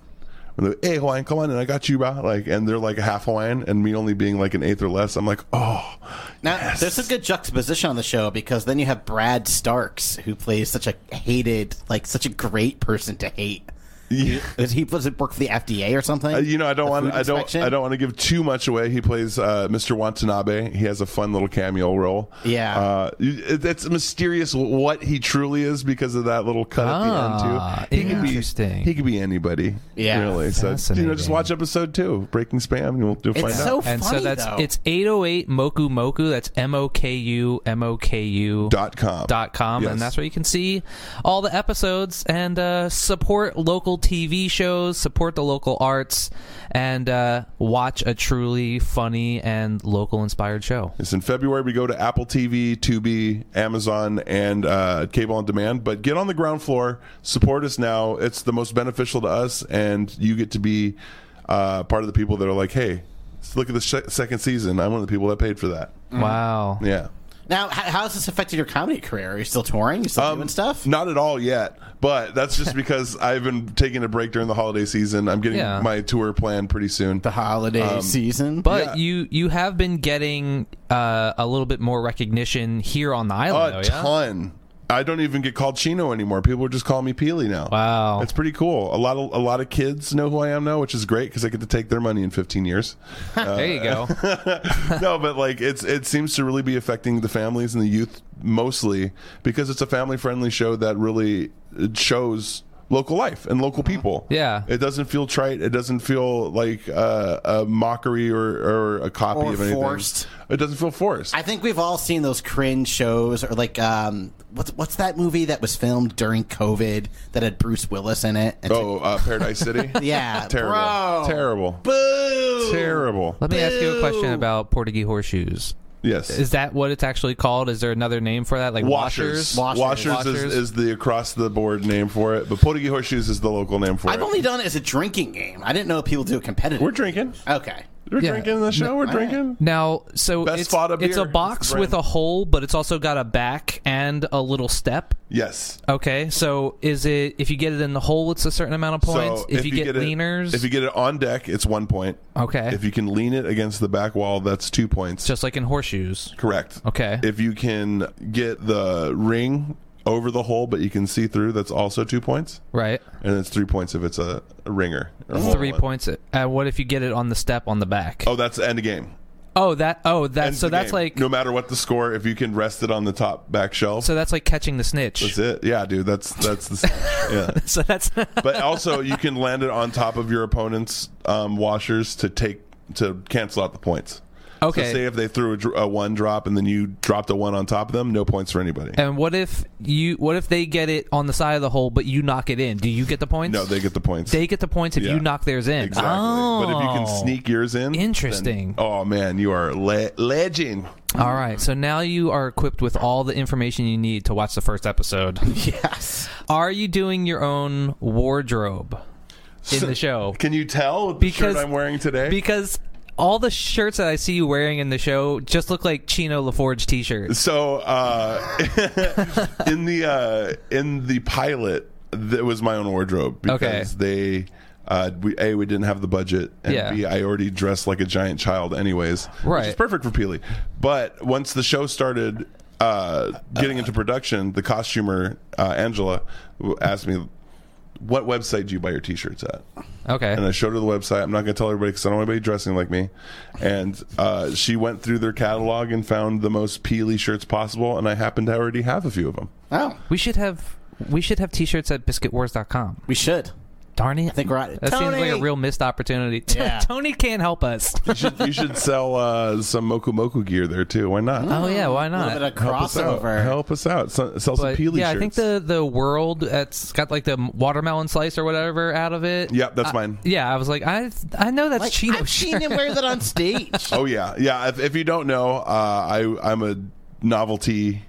Speaker 5: When they're, Hey Hawaiian, come on, and I got you, bro. Like, and they're like half Hawaiian, and me only being like an eighth or less. I'm like, oh,
Speaker 4: Now, there's a good juxtaposition on the show because then you have Brad Starks, who plays such a hated, like, such a great person to hate.
Speaker 5: yeah.
Speaker 4: Does he does it work for the FDA or something?
Speaker 5: Uh, you know, I don't
Speaker 4: The
Speaker 5: want
Speaker 4: food
Speaker 5: I don't
Speaker 4: inspection?
Speaker 5: I don't want to give too much away. He plays uh, Mr. Watanabe. He has a fun little cameo role.
Speaker 4: Yeah.
Speaker 5: uh, it, it's mysterious what he truly is because of that little cut
Speaker 3: Ah,
Speaker 5: at the end too. He could
Speaker 3: interesting.
Speaker 5: be he could be anybody.
Speaker 4: Yeah.
Speaker 5: really. So you know, just
Speaker 3: Fascinating.
Speaker 5: watch episode two, Breaking Spam, and you'll, you'll
Speaker 4: It's
Speaker 5: find
Speaker 4: so
Speaker 5: out.
Speaker 3: and
Speaker 4: funny,
Speaker 3: so that's
Speaker 4: though.
Speaker 3: it's eight oh eight Moku Moku. That's M O K U M O K U
Speaker 5: Dot com.
Speaker 3: dot com,
Speaker 5: Yes.
Speaker 3: and that's where you can see all the episodes and uh, support local TV shows, support the local arts, and uh, watch a truly funny and local inspired show.
Speaker 5: It's in February. We go to Apple TV, Tubi, Amazon, and uh, cable on demand. But get on the ground floor, support us now. It's the most beneficial to us, and you get to be uh, part of the people that are like, "Hey, let's look at the sh- second season. I'm one of the people that paid for that."
Speaker 4: Mm.
Speaker 3: Wow.
Speaker 5: Yeah,
Speaker 4: now, how, how has this affected your comedy career? Are you still touring? You still
Speaker 5: Um,
Speaker 4: doing stuff?
Speaker 5: not at all yet, but that's just because I've been taking a break during the holiday season. I'm getting
Speaker 3: Yeah.
Speaker 5: my tour planned pretty soon.
Speaker 4: the holiday
Speaker 5: Um,
Speaker 4: season.
Speaker 3: But
Speaker 5: Yeah.
Speaker 3: you you have been getting uh, a little bit more recognition here on the
Speaker 5: a
Speaker 3: island, though, Oh, yeah?
Speaker 5: ton. I don't even get called Chino anymore. People are just calling me Peely now.
Speaker 3: Wow.
Speaker 5: It's pretty cool. A lot of a lot of kids know who I am now, which is great because I get to take their money in 15 years.
Speaker 3: there you go.
Speaker 5: no, but like it's it seems to really be affecting the families and the youth mostly because it's a family friendly show that really it shows local life and local people.
Speaker 3: Mm-hmm. Yeah.
Speaker 5: it doesn't feel trite. It doesn't feel like uh, a mockery or, or a copy
Speaker 4: Or
Speaker 5: of anything.
Speaker 4: forced.
Speaker 5: It doesn't feel forced.
Speaker 4: I think we've all seen those cringe shows, or like, um, what's what's that movie that was filmed during COVID that had Bruce Willis in it? It's
Speaker 5: oh, uh, Paradise City.
Speaker 4: Yeah,
Speaker 5: terrible,
Speaker 4: bro.
Speaker 5: terrible,
Speaker 4: Boo!
Speaker 5: terrible.
Speaker 3: Let me ask you a question
Speaker 4: Boo.
Speaker 3: about Portuguese horseshoes.
Speaker 5: Yes.
Speaker 3: Is that what it's actually called? Is there another name for that? Like
Speaker 5: Washers.
Speaker 3: washers?
Speaker 5: Washers,
Speaker 4: Washers.
Speaker 5: Is,
Speaker 3: Washers.
Speaker 5: is the across the board name for it, but Portuguese horseshoes is the local name for
Speaker 4: I've
Speaker 5: it.
Speaker 4: only done it as a drinking game. I didn't know people do it competitively.
Speaker 5: We're drinking.
Speaker 4: okay.
Speaker 5: You're
Speaker 3: Yeah.
Speaker 5: drinking in the show. We're drinking.
Speaker 3: Now, so
Speaker 5: Best
Speaker 3: it's,
Speaker 5: Fada
Speaker 3: it's a
Speaker 5: beer. It's
Speaker 3: box
Speaker 5: the
Speaker 3: with a
Speaker 5: brand.
Speaker 3: hole, but it's also got a back and a little step.
Speaker 5: Yes.
Speaker 3: Okay, so is it if you get it in the hole, it's a certain amount of points.
Speaker 5: So
Speaker 3: if, you, get,
Speaker 5: it-
Speaker 3: leaners,
Speaker 5: if you get it on deck, it's one point.
Speaker 3: okay,
Speaker 5: If you can lean it against the back wall, that's two points.
Speaker 3: just like in horseshoes.
Speaker 5: Correct.
Speaker 3: Okay,
Speaker 5: If you can get the ring over the hole, but you can see through, that's also two points.
Speaker 3: right.
Speaker 5: And it's three points if it's a, a ringer. or hole in
Speaker 3: Three
Speaker 5: one.
Speaker 3: points. Uh, what if you get it on the step on the back?
Speaker 5: Oh, that's the end of game.
Speaker 3: Oh, that. Oh, that.
Speaker 5: Ends
Speaker 3: So
Speaker 5: the
Speaker 3: that's
Speaker 5: game.
Speaker 3: like.
Speaker 5: no matter what the score, if you can rest it on the top back shelf,
Speaker 3: So that's like catching the snitch.
Speaker 5: that's it. Yeah, dude, that's that's the yeah.
Speaker 3: so that's.
Speaker 5: But also, you can land it on top of your opponent's um, washers to take to cancel out the points.
Speaker 3: okay.
Speaker 5: So say if they threw a, dr- a one drop and then you dropped a one on top of them, no points for anybody.
Speaker 3: and what if you? What if they get it on the side of the hole, but you knock it in? Do you get the points?
Speaker 5: No, they get the points.
Speaker 3: They get the points if
Speaker 5: Yeah.
Speaker 3: you knock theirs in.
Speaker 5: exactly. But if you can
Speaker 3: Oh.
Speaker 5: sneak yours in, then-
Speaker 3: Interesting.
Speaker 5: oh man, you are le- legend.
Speaker 3: All right, so now you are equipped with all the information you need to watch the first episode.
Speaker 4: Yes.
Speaker 3: Are you doing your own wardrobe in the show?
Speaker 5: Can you tell with the
Speaker 3: Because-
Speaker 5: shirt I'm wearing today?
Speaker 3: Because all the shirts that I see you wearing in the show just look like Chino LaForge t-shirts.
Speaker 5: So uh, in the uh, in the pilot, that was my own wardrobe because they uh, we, a we didn't have the budget and
Speaker 3: Yeah.
Speaker 5: b I already dressed like a giant child anyways, which is
Speaker 3: Right.
Speaker 5: perfect for Peely. But once the show started uh, getting into production, the costumer uh, Angela w- asked me. What website do you buy your T-shirts at? And
Speaker 3: Okay.
Speaker 5: I showed her the website. I'm not going to tell everybody because I don't want anybody dressing like me. And uh, she went through their catalog and found the most peely shirts possible. And I happen to already have a few of them.
Speaker 4: Oh,
Speaker 3: We should have we should have t-shirts at biscuitwars.com.
Speaker 4: we should.
Speaker 3: Darn it. I
Speaker 4: think we're at it.
Speaker 3: That seems like a
Speaker 4: Tony!
Speaker 3: real missed opportunity.
Speaker 4: Yeah.
Speaker 3: Tony can't help us.
Speaker 5: You should, you should sell uh, some Moku Moku gear there too. Why not?
Speaker 3: oh yeah, why
Speaker 4: A little
Speaker 3: not?
Speaker 4: bit of
Speaker 5: Help us out.
Speaker 4: crossover.
Speaker 5: Help us out. So- sell some
Speaker 3: But,
Speaker 5: peely
Speaker 3: yeah,
Speaker 5: shirts.
Speaker 3: I think the the world that's got like the watermelon slice or whatever out of it.
Speaker 5: Yep, that's mine.
Speaker 3: Yeah, I was like, I I know that's
Speaker 4: Like,
Speaker 3: Chino.
Speaker 4: I've seen him wear that on stage.
Speaker 5: Oh yeah, yeah. If, if you don't know, uh, I I'm a novelty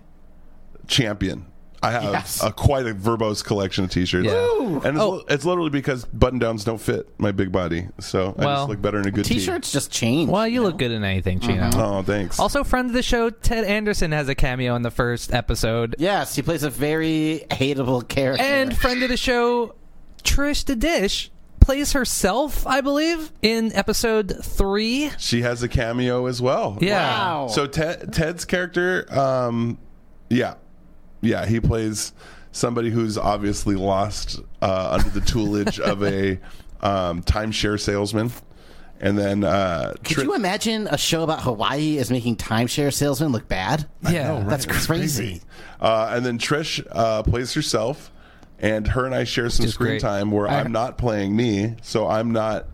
Speaker 5: champion. I have
Speaker 4: Yes.
Speaker 5: a quite a verbose collection of t-shirts,
Speaker 3: Yeah. Woo!
Speaker 5: and it's,
Speaker 3: Oh.
Speaker 5: li- it's literally because button downs don't fit my big body, so I
Speaker 3: Well,
Speaker 5: just look better in a good
Speaker 4: T-shirts just change.
Speaker 3: Well, you look good in anything, Chino.
Speaker 5: T. Oh, thanks.
Speaker 3: Also, friend of the show, Ted Anderson has a cameo in the first episode,
Speaker 4: Yes, he plays a very hateable character.
Speaker 3: and friend of the show, Trish the Dish plays herself, I believe, in episode three.
Speaker 5: she has a cameo as well.
Speaker 3: Yeah.
Speaker 4: wow.
Speaker 5: So Ted, Ted's character, um, yeah, yeah, he plays somebody who's obviously lost uh, under the toolage of a um, timeshare salesman, and then uh,
Speaker 4: could you imagine a show about Hawaii is making timeshare salesmen look bad?
Speaker 3: Yeah,
Speaker 4: That's crazy.
Speaker 5: Uh, and then Trish uh, plays herself, and her and I share some
Speaker 3: is
Speaker 5: screen
Speaker 3: great.
Speaker 5: time where I, am not playing me, so I'm not.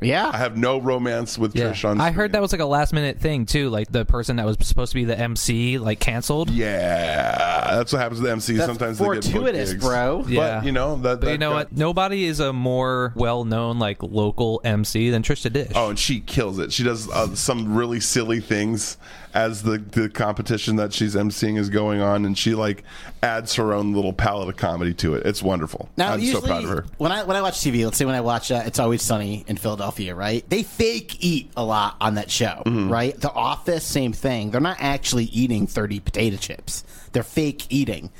Speaker 5: I
Speaker 4: Yeah.
Speaker 5: have no romance with
Speaker 3: Yeah.
Speaker 5: Trish on.
Speaker 3: I heard
Speaker 5: screen.
Speaker 3: that was like a last minute thing too. Like the person that was supposed to be the MC like canceled.
Speaker 5: Yeah, that's what happens with MC.
Speaker 4: That's
Speaker 5: Sometimes they get book
Speaker 4: fortuitous,
Speaker 5: gigs.
Speaker 4: bro.
Speaker 5: But
Speaker 3: Yeah.
Speaker 5: you know that.
Speaker 3: But you know what? Nobody is a more well known like local MC than Trish the Dish.
Speaker 5: Oh, and she kills it. She does uh, some really silly things as the the competition that she's emceeing is going on, and she like adds her own little palette of comedy to it. It's wonderful.
Speaker 4: Now,
Speaker 5: I'm
Speaker 4: usually,
Speaker 5: so proud of her.
Speaker 4: when I when I watch TV, let's say when I watch uh, "It's Always Sunny in Philadelphia," right? They fake eat a lot on that show,
Speaker 5: Mm-hmm.
Speaker 4: right? The Office, same thing. They're not actually eating thirty potato chips; they're fake eating.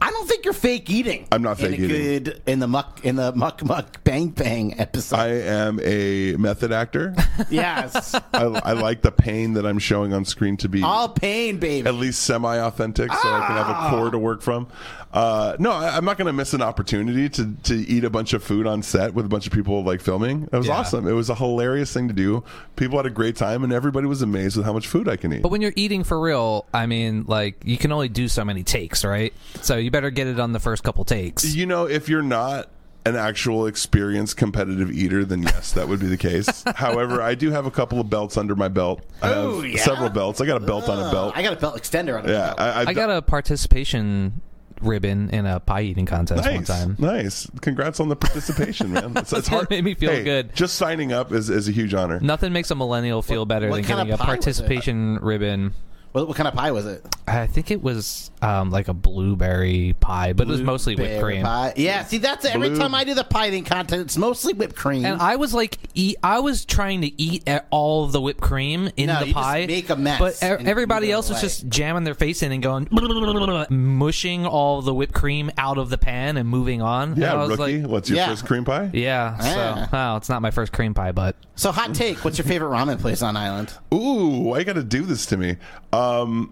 Speaker 4: I don't think you're fake eating.
Speaker 5: I'm not fake
Speaker 4: in a
Speaker 5: eating.
Speaker 4: Good in the muck in the muck muck bang bang episode.
Speaker 5: I am a method actor.
Speaker 4: yes,
Speaker 5: I, I like the pain that I'm showing on screen to be
Speaker 4: all pain, baby.
Speaker 5: at least semi-authentic, so I can
Speaker 3: Ah.
Speaker 5: have a core to work from. Uh, no, I, I'm not going to miss an opportunity to to eat a bunch of food on set with a bunch of people like filming. It was
Speaker 3: Yeah.
Speaker 5: awesome. It was a hilarious thing to do. People had a great time, and everybody was amazed with how much food I can eat.
Speaker 3: But when you're eating for real, I mean, like you can only do so many takes, right? So you better get it on the first couple takes.
Speaker 5: You know, if you're not an actual experienced competitive eater, then yes, that would be the case. However, I do have a couple of belts under my belt.
Speaker 3: Oh,
Speaker 5: I have
Speaker 4: Ooh, yeah.
Speaker 5: several belts. I got a belt on a belt.
Speaker 4: I got a belt extender on it.
Speaker 5: yeah, I, I've
Speaker 3: I got a participation ribbon in a pie eating contest one
Speaker 5: Nice,
Speaker 3: time.
Speaker 5: nice. Congrats on the participation, man. It's, it's hard.
Speaker 3: made me feel
Speaker 5: Hey,
Speaker 3: good.
Speaker 5: Just signing up is, is a huge honor.
Speaker 3: Nothing makes a millennial feel better
Speaker 4: what
Speaker 3: than
Speaker 4: kind
Speaker 3: getting a
Speaker 4: of pie was it?
Speaker 3: participation ribbon.
Speaker 4: What, what kind of pie was it?
Speaker 3: I think it was um, like a blueberry pie, but it was mostly whipped
Speaker 4: Bear
Speaker 3: cream.
Speaker 4: Pie. Yeah, see, that's every
Speaker 5: Blue-
Speaker 4: time I do the pie eating contest, it's mostly whipped cream.
Speaker 3: And uh, I was like, eat, I was trying to eat at all of the whipped cream in
Speaker 4: No,
Speaker 3: the
Speaker 4: you just
Speaker 3: pie.
Speaker 4: make a mess
Speaker 3: But e-
Speaker 4: and
Speaker 3: everybody
Speaker 4: throw it
Speaker 3: else was
Speaker 4: away.
Speaker 3: just jamming their face in and going, mushing all the whipped cream out of the pan and moving on. And
Speaker 5: Yeah,
Speaker 3: I was
Speaker 5: rookie.
Speaker 3: like,
Speaker 5: what's your
Speaker 4: Yeah.
Speaker 5: first cream pie?
Speaker 3: yeah.
Speaker 4: Yeah.
Speaker 3: So, wow, it's not my first cream pie, but
Speaker 4: so, hot take. What's your favorite ramen place on island?
Speaker 5: Ooh, why you got to do this to me? Um,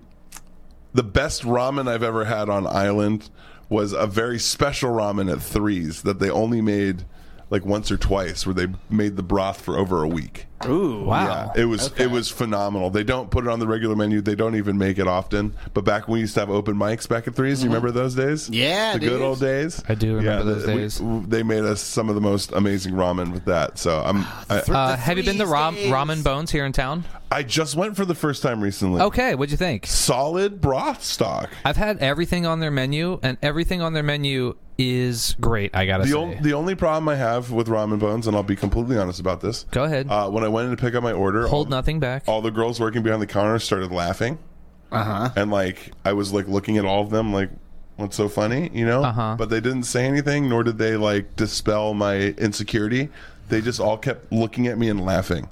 Speaker 5: the best ramen I've ever had on island was a very special ramen at Threes that they only made like once or twice, where they made the broth for over a week.
Speaker 4: Ooh,
Speaker 3: wow.
Speaker 5: It was it was phenomenal. They don't put it on the regular menu. They don't even make it often. But back when we used to have open mics back at 3s you remember those days?
Speaker 4: Mm-hmm. Yeah,
Speaker 5: the
Speaker 4: dude.
Speaker 5: good old days.
Speaker 3: I do remember
Speaker 5: the-
Speaker 3: those
Speaker 5: we-
Speaker 3: days.
Speaker 5: w- they made us some of the most amazing ramen with that. So I'm
Speaker 4: Oh,
Speaker 5: I,
Speaker 3: Uh, have you been to Ram- Ramen Bones here in town?
Speaker 5: I just went for the first time recently.
Speaker 4: Oh.
Speaker 3: Okay, what'd you think?
Speaker 5: Solid broth stock.
Speaker 3: I've had everything on their menu, and everything on their menu is great. I gotta
Speaker 5: The,
Speaker 3: say.
Speaker 5: on- the only problem I have with ramen bones, and I'll be completely honest about this.
Speaker 3: Go ahead.
Speaker 5: Uh, when I went in to pick up my order,
Speaker 3: Hold
Speaker 5: all,
Speaker 3: nothing back.
Speaker 5: all the girls working behind the counter started laughing.
Speaker 4: Uh huh.
Speaker 5: and like I was like looking at all of them like what's so funny you know
Speaker 3: Uh-huh.
Speaker 5: but they didn't say anything nor did they like dispel my insecurity they just all kept looking at me and laughing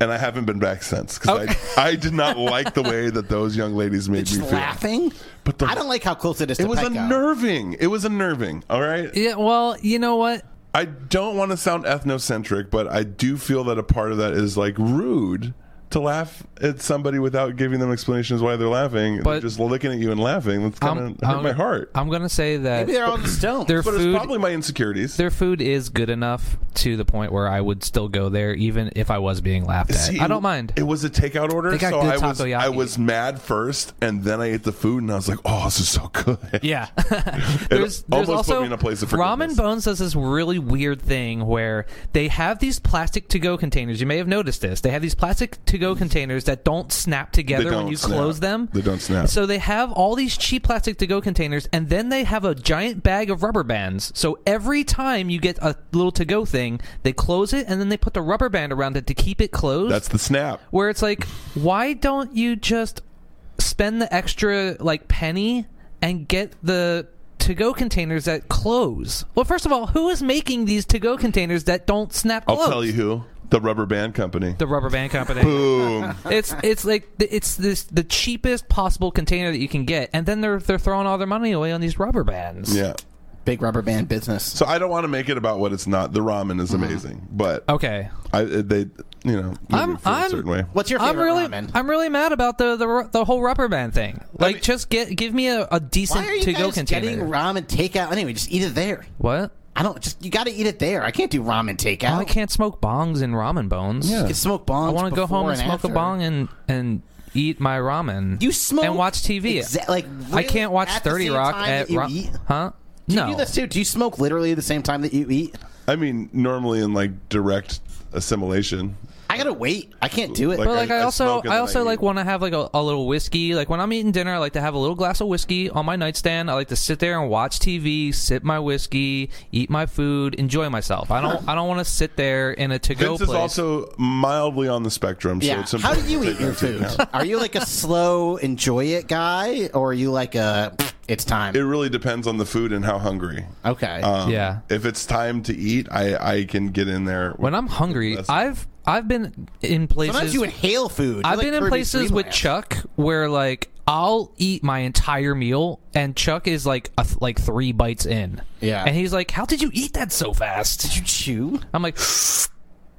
Speaker 5: and I haven't been back since because I, I did not like the way that those young ladies made
Speaker 4: Just
Speaker 5: me feel
Speaker 4: laughing.
Speaker 5: but the,
Speaker 4: I don't like how close it is.
Speaker 5: it
Speaker 4: to
Speaker 5: was
Speaker 4: Petco.
Speaker 5: unnerving it was unnerving all right
Speaker 3: yeah. Well, you know what?
Speaker 5: I don't want to sound ethnocentric but I do feel that a part of that is like rude to laugh at somebody without giving them explanations why they're laughing
Speaker 3: But-
Speaker 5: they're just looking at you and laughing that's kind of
Speaker 3: I'm-
Speaker 5: hurt
Speaker 3: I'm-
Speaker 5: my heart
Speaker 3: I'm gonna say that
Speaker 4: Maybe they're all just stoned.
Speaker 3: their
Speaker 5: But
Speaker 3: food
Speaker 5: it's probably my insecurities.
Speaker 3: their food is good enough to the point where I would still go there even if I was being laughed at.
Speaker 5: See,
Speaker 3: I
Speaker 5: it-
Speaker 3: don't mind.
Speaker 5: It was a takeout order,
Speaker 3: They got
Speaker 5: so
Speaker 3: good
Speaker 5: I was
Speaker 3: takoyaki.
Speaker 5: I was mad first, and then I ate the food, and I was like, "Oh, this is so good."
Speaker 3: yeah. there's, there's
Speaker 5: almost put
Speaker 3: also
Speaker 5: me in a place of
Speaker 3: Ramen
Speaker 5: forgiveness.
Speaker 3: Bones does this really weird thing where they have these plastic to go containers. You may have noticed this. They have these plastic to go containers that don't snap together
Speaker 5: They
Speaker 3: when
Speaker 5: don't
Speaker 3: you
Speaker 5: snap.
Speaker 3: close them.
Speaker 5: They don't snap.
Speaker 3: So they have all these cheap plastic to go containers and then they have a giant bag of rubber bands. So every time you get a little to go thing, they close it and then they put the rubber band around it to keep it closed.
Speaker 5: That's the snap.
Speaker 3: where it's like, why don't you just spend the extra like penny and get the to go containers that close? Well, first of all, who is making these to go containers that don't snap
Speaker 5: I'll
Speaker 3: closed?
Speaker 5: tell you who. The rubber band company.
Speaker 3: The rubber band company.
Speaker 5: Boom.
Speaker 3: it's it's like it's this the cheapest possible container that you can get, and then they're they're throwing all their money away on these rubber bands.
Speaker 5: yeah.
Speaker 4: Big rubber band business.
Speaker 5: So I don't want to make it about what it's not. The ramen is amazing, but
Speaker 3: Mm-hmm. Okay.
Speaker 5: I they you know made
Speaker 3: I'm-
Speaker 5: me feel
Speaker 3: I'm-
Speaker 5: a certain way.
Speaker 4: What's your
Speaker 3: I'm
Speaker 4: favorite
Speaker 3: really,
Speaker 4: ramen?
Speaker 3: I'm really mad about the the, ru- the whole rubber band thing. Like, just get give me a, a decent
Speaker 4: Why are you
Speaker 3: to go
Speaker 4: guys
Speaker 3: container.
Speaker 4: getting ramen takeout anyway? Just eat it there.
Speaker 3: what?
Speaker 4: I don't. Just you got to eat it there. I can't do ramen takeout.
Speaker 3: I can't smoke bongs and ramen bones.
Speaker 5: Oh. Yeah.
Speaker 4: You can smoke bongs.
Speaker 3: I want to go home and, smoke
Speaker 4: after.
Speaker 3: a bong and and eat my ramen.
Speaker 4: You smoke
Speaker 3: and watch TV.
Speaker 4: exa- like,
Speaker 3: I
Speaker 4: really
Speaker 3: can't watch
Speaker 4: at the
Speaker 3: Thirty
Speaker 4: same
Speaker 3: Rock
Speaker 4: time
Speaker 3: at
Speaker 4: that you
Speaker 3: Ro-
Speaker 4: eat?
Speaker 3: huh?
Speaker 4: Do
Speaker 3: no.
Speaker 4: you do this too? Do you smoke literally the same time that you eat?
Speaker 5: I mean, normally in like direct assimilation,
Speaker 4: I gotta wait. I can't do it.
Speaker 5: Like-
Speaker 3: But like I,
Speaker 5: I- I
Speaker 3: also
Speaker 5: smoke and
Speaker 3: I
Speaker 5: then
Speaker 3: also
Speaker 5: I
Speaker 3: like
Speaker 5: eat.
Speaker 3: want to have like a, a little whiskey. Like when I'm eating dinner, I like to have a little glass of whiskey on my nightstand. I like to sit there and watch TV, sip my whiskey, eat my food, enjoy myself. I don't I don't want to sit there in a to go
Speaker 5: Vince
Speaker 3: place.
Speaker 5: is also mildly on the spectrum. So
Speaker 4: yeah.
Speaker 5: it's
Speaker 4: How do
Speaker 5: important
Speaker 4: you
Speaker 5: to
Speaker 4: eat
Speaker 5: take
Speaker 4: your
Speaker 5: that into
Speaker 4: food?
Speaker 5: account.
Speaker 4: Are you like a slow enjoy it guy, or are you like a it's time?
Speaker 5: It really depends on the food and how hungry.
Speaker 4: okay.
Speaker 5: Um,
Speaker 3: Yeah.
Speaker 5: If it's time to eat, I I can get in there.
Speaker 3: when I'm hungry,
Speaker 5: That's-
Speaker 3: I've I've been in places
Speaker 4: Sometimes you inhale food.
Speaker 3: I've been in places with Chuck where like I'll eat my entire meal and Chuck is like a th- like three bites in.
Speaker 4: Yeah.
Speaker 3: And he's like, "How did you eat that so fast?"
Speaker 4: You chew.
Speaker 3: I'm like,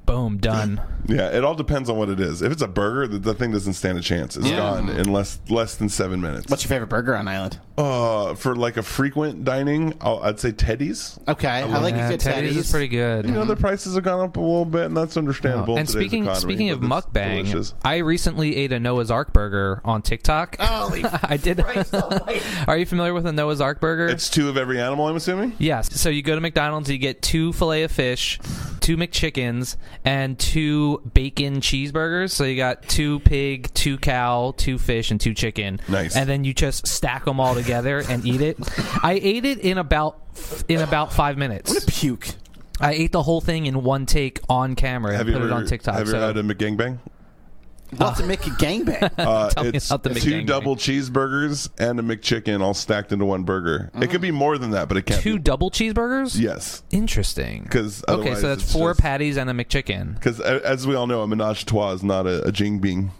Speaker 3: "Boom, done."
Speaker 5: Yeah, it all depends on what it is. If it's a burger, the, the thing doesn't stand a chance. It's gone in less less than seven minutes.
Speaker 4: What's your favorite burger on Island?
Speaker 5: uh, for like a frequent dining, I'll, I'd say Teddy's.
Speaker 4: Okay, I like
Speaker 3: Yeah,
Speaker 4: a good
Speaker 3: Oh, Teddy's is Uh, pretty good.
Speaker 5: You know, the prices have gone up a little bit, and that's understandable. in
Speaker 3: and
Speaker 5: today's
Speaker 3: speaking
Speaker 5: economy,
Speaker 3: speaking of
Speaker 5: but it's
Speaker 3: mukbang,
Speaker 5: delicious.
Speaker 3: I recently ate a Noah's Ark burger on TikTok.
Speaker 4: Holy
Speaker 3: I did.
Speaker 4: Oh, Christ almighty.
Speaker 3: Are you familiar with a Noah's Ark burger?
Speaker 5: it's two of every animal. I'm assuming.
Speaker 3: Yes. So you go to McDonald's, you get two filet of fish, two McChickens, and two bacon cheeseburgers. So you got two pig, two cow, two fish, and two chicken.
Speaker 5: Nice.
Speaker 3: And then you just stack them all together and eat it. I ate it in about in about five minutes.
Speaker 4: puke.
Speaker 3: I ate the whole thing in one take on camera and
Speaker 5: Have
Speaker 3: put
Speaker 5: you ever
Speaker 3: it on TikTok.
Speaker 5: Have you
Speaker 3: so
Speaker 5: ever had a McGangbang?
Speaker 4: We'll have to make a gangbang.
Speaker 5: Uh,
Speaker 3: Tell me
Speaker 5: it's
Speaker 3: about the
Speaker 5: two
Speaker 3: McGangbang.
Speaker 5: double cheeseburgers and a McChicken all stacked into one burger. It could be more than that, but it can't.
Speaker 3: Two
Speaker 5: be.
Speaker 3: double cheeseburgers?
Speaker 5: Yes,
Speaker 3: Interesting.
Speaker 5: 'Cause
Speaker 3: okay,
Speaker 5: otherwise
Speaker 3: so that's
Speaker 5: it's
Speaker 3: four
Speaker 5: just-
Speaker 3: patties and a McChicken.
Speaker 5: because as we all know, a menage a trois is not a, a jing bing.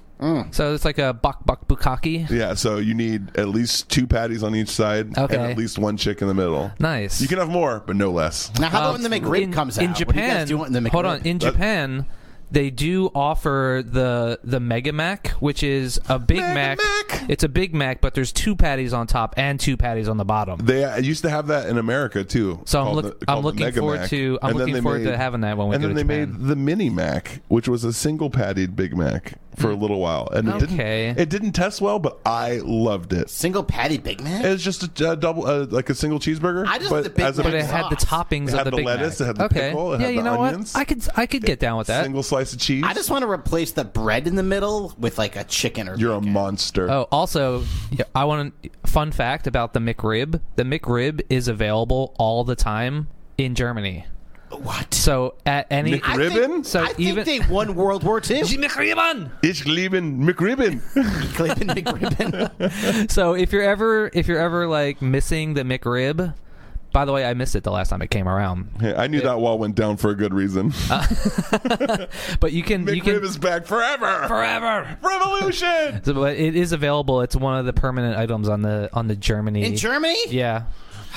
Speaker 3: So it's like a buck buck bukkake.
Speaker 5: Yeah, so you need at least two patties on each side
Speaker 3: Okay.
Speaker 5: and at least one chick in the middle.
Speaker 3: Nice.
Speaker 5: You can have more, but no less.
Speaker 4: now, how about
Speaker 3: Um,
Speaker 4: when the McRib
Speaker 3: in,
Speaker 4: comes out?
Speaker 3: in
Speaker 4: What do you
Speaker 3: Japan?
Speaker 4: guys do when the McRib?
Speaker 3: hold on. In
Speaker 5: That-
Speaker 3: Japan, they do offer the the Mega Mac, which is a Big Mac. It's a Big Mac, but there's two patties on top and two patties on the bottom.
Speaker 5: They uh, used to have that in America too.
Speaker 3: So I'm
Speaker 5: called
Speaker 3: look- I'm
Speaker 5: the- called the
Speaker 3: looking
Speaker 5: Mega
Speaker 3: forward
Speaker 5: Mac.
Speaker 3: to- I'm
Speaker 5: And then
Speaker 3: looking
Speaker 5: they
Speaker 3: forward to having that when we
Speaker 5: And
Speaker 3: go
Speaker 5: then
Speaker 3: to
Speaker 5: they
Speaker 3: Japan.
Speaker 5: made the Mini Mac, which was a single patted Big Mac for a little while, and it didn't
Speaker 3: Mm. Okay.
Speaker 5: it didn't test well, but I loved it.
Speaker 4: Single patty Big Mac?
Speaker 5: It was just a, uh double, uh, like a single cheeseburger.
Speaker 4: I just
Speaker 5: but
Speaker 4: want the Big
Speaker 5: as a-
Speaker 4: Mac
Speaker 3: But it had the
Speaker 4: sauce.
Speaker 3: toppings
Speaker 5: It
Speaker 3: of
Speaker 5: had
Speaker 3: the,
Speaker 5: the
Speaker 3: Big Mac.
Speaker 5: lettuce, it had the
Speaker 3: okay.
Speaker 5: pickle, it
Speaker 3: yeah,
Speaker 5: had
Speaker 3: you
Speaker 5: the
Speaker 3: know
Speaker 5: onions.
Speaker 3: what? I could I could get down with that.
Speaker 5: single slice of cheese.
Speaker 4: I just want to replace the bread in the middle with like a chicken or
Speaker 5: You're a monster.
Speaker 3: Oh, also, yeah, I want a fun fact about the McRib. The McRib is available all the time in Germany.
Speaker 4: what?
Speaker 3: So at any
Speaker 5: McRib?
Speaker 4: I
Speaker 5: Ribbon?
Speaker 4: think,
Speaker 3: So
Speaker 4: I think
Speaker 3: even-
Speaker 4: they won World War II.
Speaker 3: Die McRibben!
Speaker 5: Ich lieben McRibbin.
Speaker 4: Clayton McRibbon.
Speaker 3: So if you're ever if you're ever like missing the McRib, by the way, I missed it the last time it came around.
Speaker 5: Hey, I knew that wall went down for a good reason.
Speaker 3: But you can Uh, you
Speaker 5: McRib
Speaker 3: can
Speaker 5: is back forever.
Speaker 3: forever.
Speaker 5: Revolution.
Speaker 3: So, but it is available. It's one of the permanent items on the on the Germany.
Speaker 4: In Germany?
Speaker 3: yeah.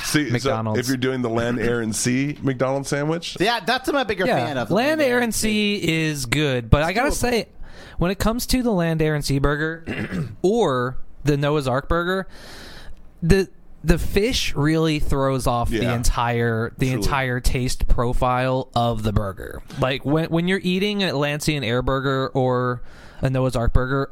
Speaker 5: See, so
Speaker 3: McDonald's.
Speaker 5: if you're doing the land, air, and sea McDonald's sandwich,
Speaker 4: Yeah, that's what I'm a bigger fan
Speaker 3: Yeah.
Speaker 4: of.
Speaker 3: Land, air, and sea is good, but I gotta
Speaker 4: doable.
Speaker 3: say, when it comes to the land, air, and sea burger, or the Noah's Ark burger, the the fish really throws off the
Speaker 5: Yeah.
Speaker 3: entire the
Speaker 5: Truly.
Speaker 3: entire taste profile of the burger. Like when when you're eating an Atlantean air burger or a Noah's Ark burger.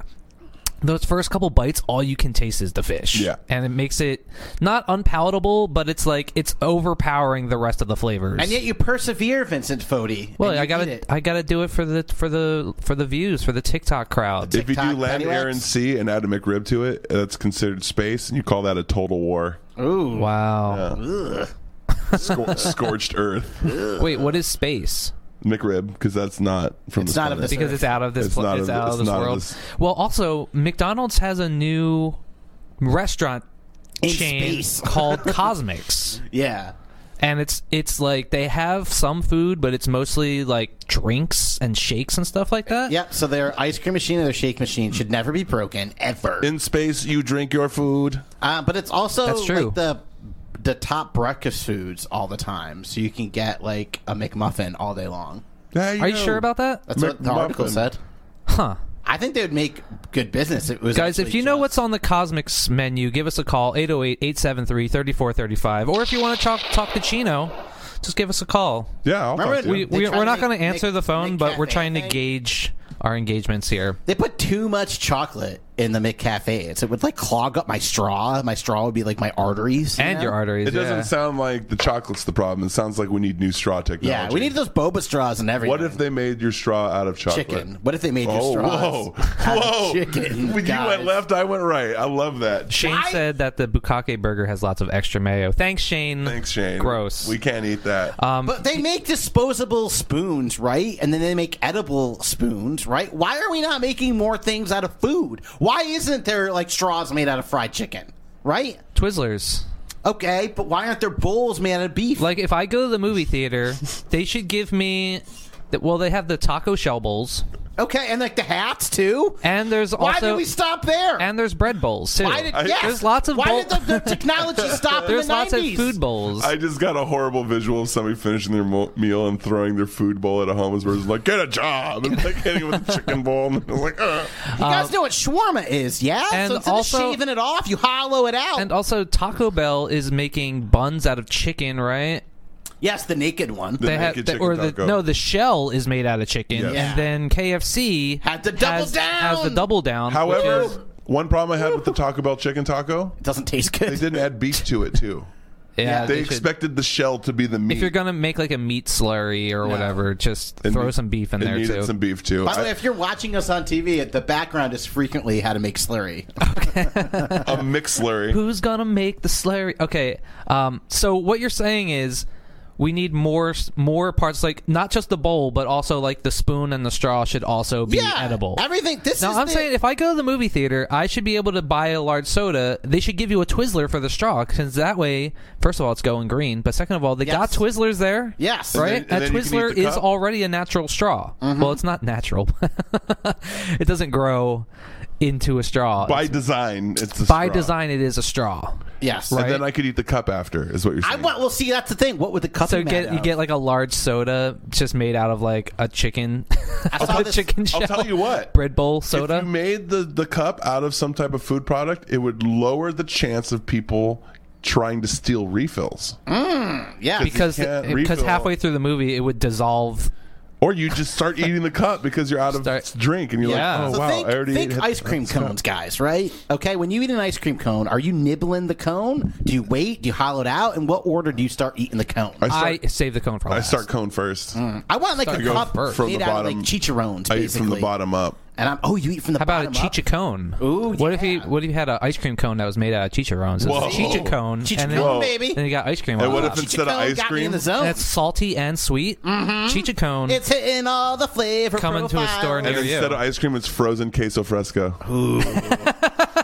Speaker 3: Those first couple bites, all you can taste is the fish.
Speaker 5: Yeah.
Speaker 3: And it makes it not unpalatable, but it's like it's overpowering the rest of the flavors.
Speaker 4: And yet you persevere, Vincent Fodi.
Speaker 3: Well,
Speaker 4: and you
Speaker 3: I gotta,
Speaker 4: eat it.
Speaker 3: I gotta do it for the for the for the views for the TikTok crowd.
Speaker 5: if you do
Speaker 4: TikTok
Speaker 5: land, air,
Speaker 4: Paddywhacks?
Speaker 5: and sea and add a McRib to it, that's considered space, and you call that a total war.
Speaker 4: Ooh.
Speaker 3: wow.
Speaker 5: Scor- scorched earth.
Speaker 3: Wait, what is space?
Speaker 5: McRib, because that's not from
Speaker 4: It's
Speaker 5: this
Speaker 4: not of this-
Speaker 5: planet.
Speaker 3: Because it's out of this.
Speaker 5: It's
Speaker 3: pla-
Speaker 5: not
Speaker 3: it's
Speaker 5: of-
Speaker 3: out of
Speaker 5: it's
Speaker 3: this
Speaker 5: not of
Speaker 3: world.
Speaker 5: this-
Speaker 3: Well, also McDonald's has a new restaurant
Speaker 4: In
Speaker 3: chain
Speaker 4: space.
Speaker 3: called Cosmics,
Speaker 4: Yeah.
Speaker 3: and it's it's like they have some food, but it's mostly like drinks and shakes and stuff like that.
Speaker 4: Yep. So their ice cream machine and their shake machine should never be broken ever.
Speaker 5: In space, you drink your food.
Speaker 4: Uh, but it's also
Speaker 3: That's true.
Speaker 4: like the the top breakfast foods all the time, so you can get like a McMuffin all day long.
Speaker 5: Yeah,
Speaker 3: Are you sure about that?
Speaker 4: That's what the
Speaker 5: McMuffin.
Speaker 4: article said.
Speaker 3: Huh.
Speaker 4: I think they would make good business. It was
Speaker 3: Guys, if
Speaker 4: actually
Speaker 3: you know
Speaker 4: just-
Speaker 3: what's on the Cosmics menu, give us a call 808 873 3435. Or if you want to talk, talk to Chino, just give us a call.
Speaker 5: Yeah, I'll
Speaker 4: Remember
Speaker 5: talk to
Speaker 4: when
Speaker 5: you.
Speaker 3: We,
Speaker 4: They
Speaker 3: we,
Speaker 4: try
Speaker 3: we're
Speaker 4: to
Speaker 3: not
Speaker 4: make-
Speaker 3: going to answer
Speaker 4: make-
Speaker 3: the phone,
Speaker 4: make
Speaker 3: but we're
Speaker 4: cafe
Speaker 3: trying to
Speaker 4: thing.
Speaker 3: gauge our engagements here.
Speaker 4: They put too much chocolate in the McCafe. It's, it would like clog up my straw. My straw would be like my arteries. you
Speaker 3: And
Speaker 4: know?
Speaker 3: your arteries.
Speaker 5: It doesn't
Speaker 3: yeah.
Speaker 5: sound like the chocolate's the problem. It sounds like we need new straw technology.
Speaker 4: Yeah, we need those boba straws and everything.
Speaker 5: Oh, What if they made your straw out of chocolate?
Speaker 4: chicken? What if they made your
Speaker 5: Oh,
Speaker 4: straws?
Speaker 5: whoa,
Speaker 4: out of
Speaker 5: whoa!
Speaker 4: Chicken.
Speaker 5: When you
Speaker 4: guys?
Speaker 5: went left, I went right. I love that.
Speaker 3: Shane
Speaker 4: I-
Speaker 3: said that the Bukake burger has lots of extra mayo. Thanks, Shane.
Speaker 5: Thanks, Shane.
Speaker 3: Gross. Um,
Speaker 5: We can't eat that.
Speaker 4: But they make disposable spoons, right? And then they make edible spoons, right? Why are we not making more things out of food? Why isn't there like straws made out of fried chicken, right?
Speaker 3: Twizzlers.
Speaker 4: Okay, but why aren't there bowls made out of beef?
Speaker 3: Like, if I go to the movie theater, they should give me. the- Well, they have the taco shell bowls,
Speaker 4: okay, and like the hats too.
Speaker 3: and there's
Speaker 4: why
Speaker 3: also
Speaker 4: did we stop there?
Speaker 3: and there's bread bowls too.
Speaker 4: why did
Speaker 5: I-
Speaker 4: yes,
Speaker 3: There's lots of
Speaker 4: why
Speaker 3: bowl-
Speaker 4: did the, the technology stop
Speaker 3: There's
Speaker 4: in the
Speaker 3: lots
Speaker 4: 90s?
Speaker 3: of food bowls.
Speaker 5: I just got a horrible visual of somebody finishing their mo- meal and throwing their food bowl at a homeless person, like "Get a job!" and like hitting it with a chicken bowl, and it's like, "Uh." Ugh.
Speaker 4: You guys know what shawarma is, yeah?
Speaker 3: uh, and
Speaker 4: so instead
Speaker 3: also-
Speaker 4: of shaving it off, you hollow it out.
Speaker 3: And also, Taco Bell is making buns out of chicken, right?
Speaker 4: yes, the naked one.
Speaker 5: The-
Speaker 3: They have,
Speaker 5: naked
Speaker 3: the-
Speaker 5: chicken
Speaker 3: or the
Speaker 5: taco.
Speaker 3: no, the shell is made out of chicken,
Speaker 5: Yes.
Speaker 4: Yeah.
Speaker 3: and then KFC
Speaker 4: Had the double
Speaker 3: has,
Speaker 4: down!
Speaker 3: has the double down.
Speaker 5: However,
Speaker 3: which is-
Speaker 5: one problem I had with the Taco Bell chicken taco,
Speaker 4: it doesn't taste
Speaker 5: they
Speaker 4: good.
Speaker 5: didn't add beef to it too.
Speaker 3: yeah,
Speaker 5: They,
Speaker 3: they should-
Speaker 5: expected the shell to be the meat.
Speaker 3: if you're gonna make like a meat slurry or whatever, just
Speaker 5: It
Speaker 3: throw
Speaker 5: need-
Speaker 3: some beef in
Speaker 5: it
Speaker 3: there
Speaker 5: needed
Speaker 3: too.
Speaker 5: some beef too.
Speaker 4: By the
Speaker 5: I-
Speaker 4: way, if you're watching us on TV, the background is frequently how to make slurry.
Speaker 5: a McSlurry.
Speaker 3: Who's gonna make the slurry? Okay, um, so what you're saying is we need more s- more parts like not just the bowl but also like the spoon and the straw should also be
Speaker 4: yeah,
Speaker 3: edible.
Speaker 4: Everything. This
Speaker 3: Now
Speaker 4: is
Speaker 3: I'm
Speaker 4: the-
Speaker 3: saying if I go to the movie theater, I should be able to buy a large soda. They should give you a Twizzler for the straw because that way, first of all, it's going green, but second of all, they got
Speaker 4: Yes.
Speaker 3: Twizzlers there.
Speaker 4: Yes. Mm-hmm.
Speaker 3: Right?
Speaker 5: And then- and
Speaker 3: a
Speaker 5: then you can eat
Speaker 3: Twizzler
Speaker 5: the
Speaker 3: is
Speaker 5: cup.
Speaker 3: already a natural straw. Well, it's not natural. it doesn't grow into a straw.
Speaker 5: By design, it's a
Speaker 3: By
Speaker 5: straw.
Speaker 3: design, it is a straw.
Speaker 4: Yes.
Speaker 3: Right.
Speaker 5: And then I could eat the cup after, is what you're
Speaker 4: I
Speaker 5: saying.
Speaker 4: want. Well, see, that's the thing. What would the cup?
Speaker 3: So
Speaker 4: be
Speaker 3: get
Speaker 4: made
Speaker 3: you
Speaker 4: of?
Speaker 3: get like a large soda just made out of like a chicken,
Speaker 4: I saw
Speaker 3: a
Speaker 4: this-
Speaker 3: chicken shell,
Speaker 5: I'll tell you what.
Speaker 3: bread bowl
Speaker 5: If you
Speaker 3: soda.
Speaker 5: made the, the cup out of some type of food product, it would lower the chance of people trying to steal refills.
Speaker 4: Yeah.
Speaker 3: Because
Speaker 5: can't
Speaker 3: because
Speaker 5: refill.
Speaker 3: halfway through the movie it would dissolve
Speaker 5: Or you just start eating the cup because you're out of
Speaker 3: Start-
Speaker 5: drink and you're
Speaker 3: Yeah.
Speaker 5: like, oh,
Speaker 3: So
Speaker 5: wow,
Speaker 4: think,
Speaker 5: I already
Speaker 4: think
Speaker 5: hit-
Speaker 4: ice cream cones, guys. Right? Okay. When you eat an ice cream cone, are you nibbling the cone? Do you wait? Do you hollow it out? In what order do you start eating the cone?
Speaker 5: I
Speaker 4: I,
Speaker 5: start,
Speaker 3: I Mm, save the cone for
Speaker 5: I
Speaker 3: last.
Speaker 5: start cone first.
Speaker 4: want like a
Speaker 5: go
Speaker 4: cup
Speaker 5: first. From
Speaker 4: made
Speaker 5: the
Speaker 4: out of like
Speaker 5: bottom.
Speaker 4: chicharrones,
Speaker 5: I
Speaker 4: basically.
Speaker 5: eat from the bottom up.
Speaker 4: And I'm oh, you eat from the
Speaker 3: How about a
Speaker 4: bottom up?
Speaker 3: chicha cone?
Speaker 4: Ooh,
Speaker 3: what if he
Speaker 4: yeah.
Speaker 3: what if you had an ice cream cone that was made out of chicharrones?
Speaker 5: Whoa.
Speaker 3: It's a chicha cone,
Speaker 4: Chicha
Speaker 3: and then,
Speaker 4: cone, baby.
Speaker 3: Then you got ice cream.
Speaker 5: And
Speaker 3: on
Speaker 5: what
Speaker 3: top.
Speaker 5: if it's-
Speaker 4: Chicha
Speaker 5: instead of
Speaker 4: cone
Speaker 5: ice
Speaker 4: got me
Speaker 5: cream?
Speaker 4: in the zone.
Speaker 3: and it's salty and sweet? Chicha cone.
Speaker 4: Mm-hmm. It's hitting all the flavor.
Speaker 3: Come into a
Speaker 4: profiles.
Speaker 3: store near
Speaker 5: And
Speaker 3: you.
Speaker 5: instead of ice cream, it's frozen queso fresco.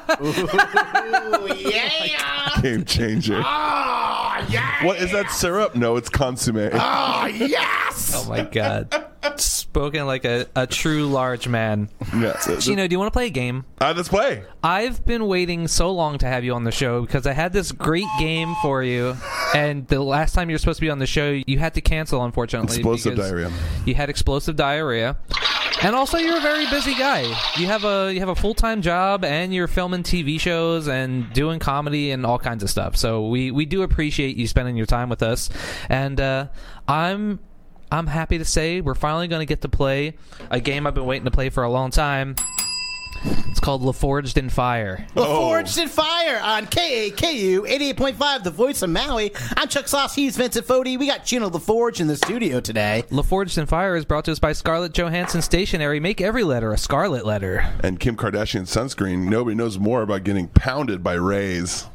Speaker 4: Ooh, yeah.
Speaker 5: Game changer.
Speaker 4: oh yeah.
Speaker 5: What is that syrup? No, it's consomme.
Speaker 4: Oh yes.
Speaker 3: oh my god! Spoken like a, a true large man.
Speaker 5: Yeah, th- th-
Speaker 3: Chino, do you want to play a game?
Speaker 5: uh, let's play.
Speaker 3: I've been waiting so long to have you on the show because I had this great game for you, and the last time you were supposed to be on the show, you had to cancel, unfortunately.
Speaker 5: Explosive
Speaker 3: because
Speaker 5: diarrhea.
Speaker 3: You had explosive diarrhea, and also you're a very busy guy. You have a you have a full time job, and you're filming TV shows and doing comedy and all kinds of stuff. So we we do appreciate you spending your time with us, and uh, I'm. I'm happy to say we're finally going to get to play a game I've been waiting to play for a long time. It's called LaForged in Fire.
Speaker 4: The Forged in Fire on KAKU 88.5, The Voice of Maui. I'm Chuck Sauce, he's Vincent Fodi. We got Chino the Forge in the studio today.
Speaker 3: LaForged and Fire is brought to us by Scarlett Johansson Stationery. Make every letter a scarlet letter.
Speaker 5: And Kim Kardashian sunscreen. Nobody knows more about getting pounded by rays.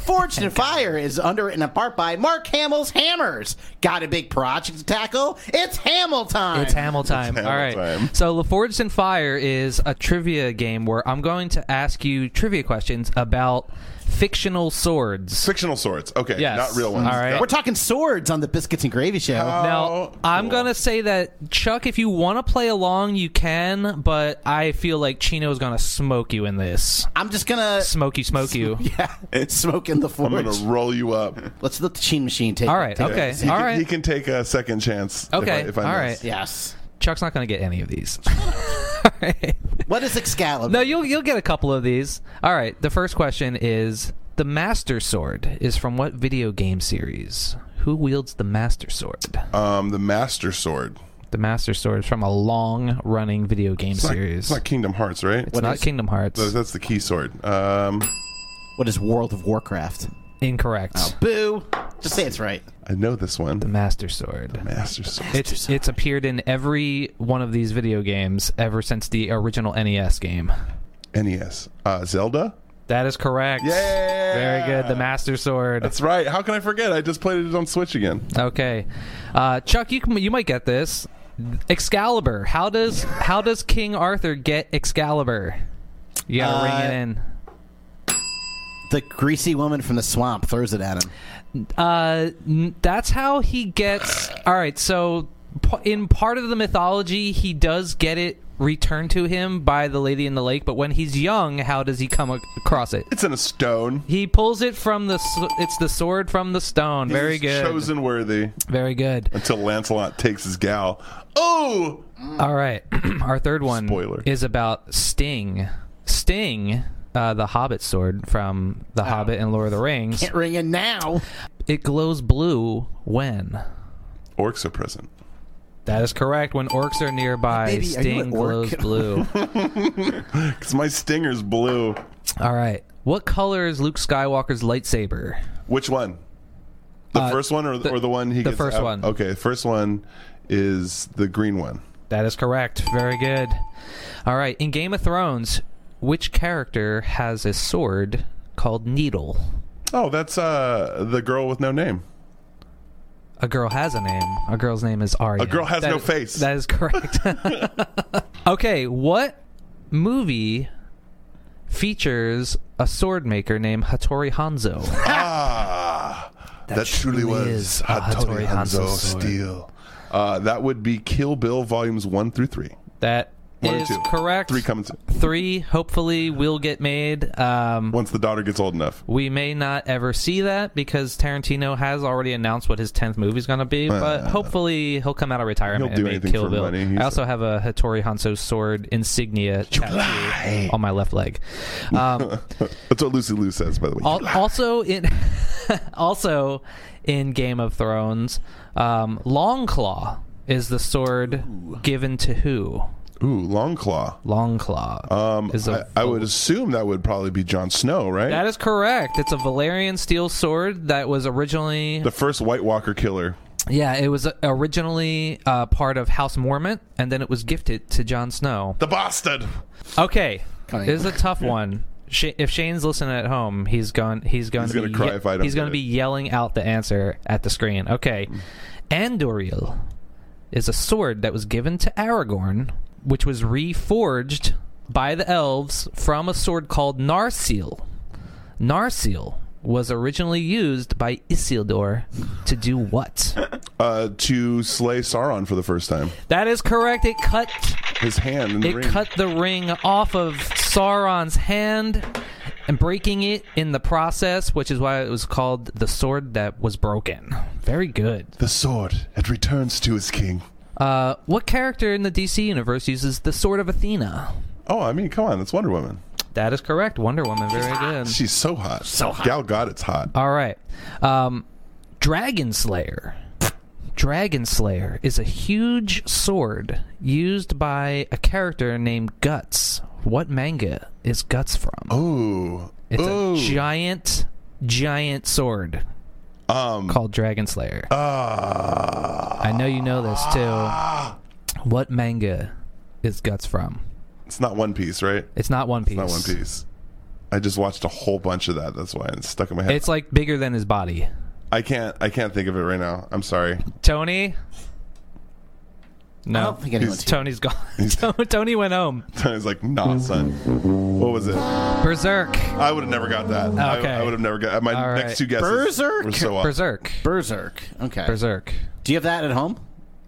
Speaker 4: Forged in Fire is underwritten in part by Mark Hamill's Hammers. Got a big project to tackle? It's Hamill time.
Speaker 3: It's Hamill time.
Speaker 5: Hamill
Speaker 3: All right.
Speaker 5: time.
Speaker 3: So LaForged and Fire is a trivia game where I'm going to ask you trivia questions about fictional swords.
Speaker 5: Fictional swords. Okay,
Speaker 3: Yes.
Speaker 5: not real ones.
Speaker 3: All right. Uh,
Speaker 4: We're talking swords on the Biscuits and Gravy Show.
Speaker 5: Oh.
Speaker 3: Now, I'm going to say that, Chuck, if you want to play along, you can, but I feel like Chino's going to smoke you in this.
Speaker 4: I'm just gonna
Speaker 3: Smoke you, smoke you.
Speaker 4: yeah, smoke in the
Speaker 5: I'm going
Speaker 4: forge.
Speaker 5: to roll you up.
Speaker 4: Let's let the Sheen machine take.
Speaker 3: All right.
Speaker 4: take-
Speaker 3: Okay.
Speaker 5: He,
Speaker 3: All
Speaker 5: can, he
Speaker 3: right.
Speaker 5: can take a second chance.
Speaker 3: Okay,
Speaker 5: If I, if I
Speaker 3: all
Speaker 5: miss.
Speaker 3: right.
Speaker 4: Yes.
Speaker 3: Chuck's not going to get any of these. All right.
Speaker 4: What is Excalibur?
Speaker 3: No, you'll you'll get a couple of these. All right. The first question is: The Master Sword is from what video game series? Who wields the Master Sword?
Speaker 5: Um, the Master Sword.
Speaker 3: the Master Sword is from a long-running video game
Speaker 5: It's not-
Speaker 3: series.
Speaker 5: It's not Kingdom Hearts, right?
Speaker 3: It's not
Speaker 4: is-
Speaker 3: Kingdom Hearts.
Speaker 5: That's- That's the key sword. Um,
Speaker 4: What is World of Warcraft?
Speaker 3: Incorrect.
Speaker 5: Oh.
Speaker 4: Boo. Just say it's right.
Speaker 5: I know this one.
Speaker 3: The Master Sword.
Speaker 5: Master Sword.
Speaker 3: It's it's appeared in every one of these video games ever since the original NES game.
Speaker 5: NES. Uh, Zelda?
Speaker 3: That is correct.
Speaker 5: Yeah!
Speaker 3: Very good. The Master Sword.
Speaker 5: That's right. How can I forget? I just played it on Switch again.
Speaker 3: Okay, uh, Chuck, you can, you might get this. Excalibur. How does how does King Arthur get Excalibur? You gotta
Speaker 4: Uh,
Speaker 3: ring
Speaker 4: The greasy woman from the swamp throws it at him.
Speaker 3: it in. Uh, n- that's how he gets. All right, so p- in part of the mythology, he does get it returned to him by the Lady in the Lake. But when he's young, how does he come ac- across it?
Speaker 5: It's in a stone.
Speaker 3: He pulls it from the. s- It's the sword from the stone. Very
Speaker 5: He's
Speaker 3: good.
Speaker 5: Chosen worthy
Speaker 3: Very good.
Speaker 5: until Lancelot takes his gal. Oh!
Speaker 3: All right. Our third one
Speaker 5: Spoiler.
Speaker 3: is about Sting. Sting, uh, the Hobbit sword from The Hobbit and Lord of the Rings.
Speaker 4: Can't ring in now.
Speaker 3: It glows blue when.
Speaker 5: Orcs are present.
Speaker 3: That is correct. When orcs are nearby,
Speaker 4: Baby, are you
Speaker 3: Sting
Speaker 4: an orc?
Speaker 3: glows blue.
Speaker 5: Because my stinger's blue.
Speaker 3: All right. What color is Luke Skywalker's lightsaber?
Speaker 5: Which one? The
Speaker 3: Uh,
Speaker 5: first one or the,
Speaker 3: the-
Speaker 5: or the one he
Speaker 3: the
Speaker 5: gets
Speaker 3: first
Speaker 5: out-
Speaker 3: one.
Speaker 5: Okay, first one is the green one.
Speaker 3: That is correct. Very good. All right. In Game of Thrones, which character has a sword called Needle?
Speaker 5: Oh, that's uh the girl with no name.
Speaker 3: A girl has a name. A girl's name is Arya.
Speaker 5: A girl has
Speaker 3: That-
Speaker 5: no face.
Speaker 3: That is correct. okay, what movie features a sword maker named Hattori Hanzo?
Speaker 5: Ah, that, truly,
Speaker 3: truly
Speaker 5: was
Speaker 3: is a Hattori
Speaker 5: Hattori
Speaker 3: Hanzo
Speaker 5: Hanzo
Speaker 3: sword.
Speaker 5: Steel. Uh, that would be Kill Bill volumes one through three.
Speaker 3: That
Speaker 5: One or
Speaker 3: is
Speaker 5: two.
Speaker 3: correct.
Speaker 5: Three coming to-
Speaker 3: Three hopefully will get made. Um,
Speaker 5: once the daughter gets old enough.
Speaker 3: We may not ever see that because Tarantino has already announced what his tenth movie is going to be, but hopefully he'll come out of retirement
Speaker 5: uh, He'll do
Speaker 3: and
Speaker 5: anything
Speaker 3: make Kill
Speaker 5: for
Speaker 3: Bill.
Speaker 5: money. He's
Speaker 3: I also have a Hattori Hanzo sword insignia tattoo on my left leg. Um,
Speaker 5: That's what Lucy Lou says, by the way.
Speaker 3: al- also in also in Game of Thrones, um, Longclaw is the sword given to who?
Speaker 5: Ooh, Long Claw.
Speaker 3: Longclaw.
Speaker 5: Um,
Speaker 3: is
Speaker 5: I,
Speaker 3: a-
Speaker 5: I would assume that would probably be Jon Snow, right?
Speaker 3: that is correct. It's a Valerian steel sword that was originally
Speaker 5: the first White Walker killer.
Speaker 3: Yeah, it was originally uh, part of House Mormont, and then it was gifted to Jon Snow.
Speaker 5: The bastard.
Speaker 3: Okay,
Speaker 4: Cunning.
Speaker 3: this is a tough one. Sh- if Shane's listening at home, he's going. He's going
Speaker 5: He's
Speaker 3: to
Speaker 5: gonna
Speaker 3: be
Speaker 5: cry if I don't
Speaker 3: he's
Speaker 5: get
Speaker 3: going
Speaker 5: it.
Speaker 3: to be yelling out the answer at the screen. Okay,
Speaker 5: Mm.
Speaker 3: Andoriel is a sword that was given to Aragorn, which was reforged by the elves from a sword called Narsil. Narsil was originally used by Isildur to do what?
Speaker 5: Uh, to slay Sauron for the first time.
Speaker 3: That is correct. It cut
Speaker 5: His hand in the
Speaker 3: it
Speaker 5: ring.
Speaker 3: cut the ring off of Sauron's hand and breaking it in the process, which is why it was called the sword that was broken. Very good.
Speaker 5: the sword. It returns to its king.
Speaker 3: Uh, what character in the DC universe uses the sword of Athena?
Speaker 5: Oh, I mean, come on. That's Wonder Woman.
Speaker 3: That is correct. Wonder Woman. Very good.
Speaker 5: She's so hot. So hot. Gal Gadot's hot.
Speaker 3: All right. Um, Dragon Slayer. Dragon Slayer is a huge sword used by a character named Guts. What manga is Guts
Speaker 5: Oh,
Speaker 3: from?
Speaker 5: Ooh.
Speaker 3: It's
Speaker 5: Ooh.
Speaker 3: a giant, giant sword
Speaker 5: Um.
Speaker 3: called Dragon Slayer.
Speaker 5: ah.
Speaker 3: I know you know this too. What manga is Guts from?
Speaker 5: it's not One Piece, right?
Speaker 3: It's not One Piece.
Speaker 5: Not One Piece. I just watched a whole bunch of that. That's why it's stuck in my head.
Speaker 3: It's like bigger than his body.
Speaker 5: I can't. I can't think of it right now. I'm sorry.
Speaker 3: Tony? No. Oh,
Speaker 4: I don't think anyone's here.
Speaker 3: Tony's gone. Tony went home.
Speaker 5: I was like, nah, son. What was it?
Speaker 3: Berserk.
Speaker 5: I would have never got that. I-
Speaker 3: Okay.
Speaker 5: I, would have never got my
Speaker 3: All
Speaker 5: next
Speaker 3: right.
Speaker 5: two guesses.
Speaker 4: Berserk?
Speaker 5: Were so off.
Speaker 3: Berserk.
Speaker 4: Berserk. Okay.
Speaker 3: Berserk.
Speaker 4: Do you have that at home?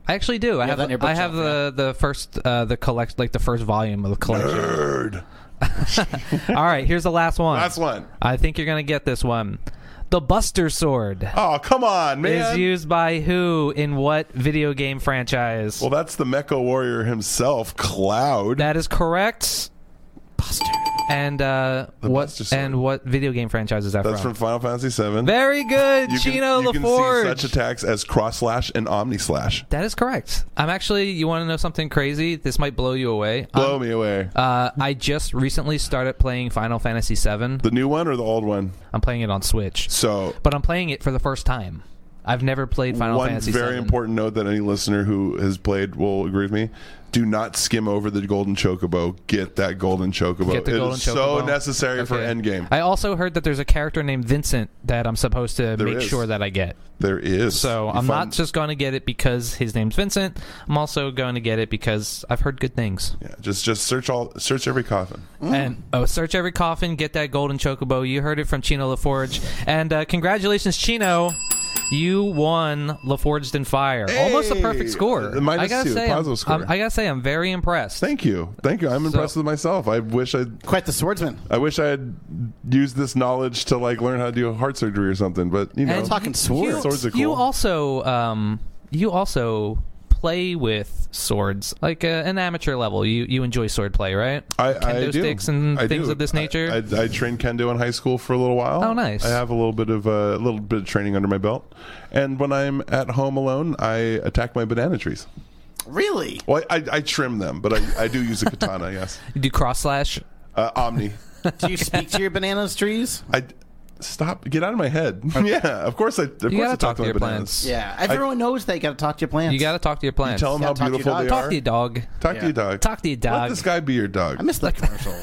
Speaker 3: I actually do. I
Speaker 4: that in your
Speaker 3: have. I have the
Speaker 4: bookshelf,
Speaker 3: the first uh, the collect like the first volume of the collection.
Speaker 5: Bird.
Speaker 3: All right, here's the last one.
Speaker 5: Last one.
Speaker 3: I think you're gonna get this one. The Buster Sword
Speaker 5: Oh, come on,
Speaker 3: is
Speaker 5: man.
Speaker 3: used by who in what video game franchise?
Speaker 5: well, that's the Mecha Warrior himself, Cloud.
Speaker 3: that is correct.
Speaker 4: Buster.
Speaker 3: And uh,
Speaker 5: The
Speaker 3: what
Speaker 5: Buster Sword.
Speaker 3: and what video game franchise is that
Speaker 5: that's from Final Fantasy VII.
Speaker 3: Very good,
Speaker 5: you can,
Speaker 3: Chino
Speaker 5: you can
Speaker 3: LaForge.
Speaker 5: see such attacks as Cross Slash and Omni Slash.
Speaker 3: that is correct. I'm actually. You want to know something crazy? This might blow you away.
Speaker 5: Blow me away.
Speaker 3: Uh, I just recently started playing Final Fantasy VII.
Speaker 5: the new one or the old one?
Speaker 3: I'm playing it on Switch,
Speaker 5: So,
Speaker 3: but I'm playing it for the first time. I've never played Final
Speaker 5: one
Speaker 3: Fantasy.
Speaker 5: very
Speaker 3: VII.
Speaker 5: important note that any listener who has played will agree with me. Do not skim over the golden chocobo. Get that golden chocobo.
Speaker 3: Get the
Speaker 5: It
Speaker 3: golden
Speaker 5: is so
Speaker 3: chocobo.
Speaker 5: necessary for
Speaker 3: Okay.
Speaker 5: endgame.
Speaker 3: I also heard that there's a character named Vincent that I'm supposed to
Speaker 5: There
Speaker 3: make
Speaker 5: is.
Speaker 3: sure that I get.
Speaker 5: There is.
Speaker 3: So
Speaker 5: You
Speaker 3: I'm
Speaker 5: find-
Speaker 3: not just going to get it because his name's Vincent. I'm also going to get it because I've heard good things.
Speaker 5: Yeah, just just search all search every coffin.
Speaker 3: And oh, search every coffin, get that golden chocobo. You heard it from Chino LaForge. And uh, congratulations, Chino. You won LaForged in Fire. Almost a perfect score.
Speaker 5: The minus
Speaker 3: I gotta
Speaker 5: two,
Speaker 3: say, I'm-
Speaker 5: positive score.
Speaker 3: I'm, I gotta say, I'm very impressed.
Speaker 5: Thank you, thank you. I'm impressed with myself. I wish I
Speaker 4: Quite the swordsman.
Speaker 5: I wish I had used this knowledge to like learn how to do heart surgery or something. But you know,
Speaker 4: And talking
Speaker 3: you,
Speaker 4: swords.
Speaker 5: Swords are
Speaker 3: you
Speaker 5: cool.
Speaker 3: also um, you also play with swords like uh, an amateur level. You you enjoy sword play, right?
Speaker 5: I, I
Speaker 3: Kendo
Speaker 5: do.
Speaker 3: sticks and
Speaker 5: I
Speaker 3: things
Speaker 5: do.
Speaker 3: of this
Speaker 5: I-
Speaker 3: nature.
Speaker 5: I, I, trained kendo in high school for a little while.
Speaker 3: Oh, nice.
Speaker 5: I have a little bit of a little bit of training under my belt. And when I'm at home alone, I attack my banana trees.
Speaker 4: Really?
Speaker 5: Well, I, I, I trim them, but I, I do use a katana. yes,
Speaker 3: you do cross slash.
Speaker 5: uh, Omni.
Speaker 4: Do you speak to your bananas trees?
Speaker 5: I stop. Get out of my head. yeah, of course. I of course I
Speaker 3: gotta talk
Speaker 5: talk to
Speaker 3: to
Speaker 5: my
Speaker 3: your
Speaker 5: bananas.
Speaker 3: plants.
Speaker 4: Yeah. Everyone knows they got to talk to your plants.
Speaker 3: You got to talk to your plants.
Speaker 5: Tell them
Speaker 4: Yeah,
Speaker 5: how
Speaker 4: talk to your
Speaker 5: beautiful
Speaker 4: dog.
Speaker 5: they
Speaker 3: talk
Speaker 5: are.
Speaker 3: to your dog.
Speaker 5: Talk to your dog.
Speaker 3: Talk to your
Speaker 5: Let
Speaker 3: dog.
Speaker 5: this guy be
Speaker 4: I
Speaker 5: your dog.
Speaker 4: missed that commercial.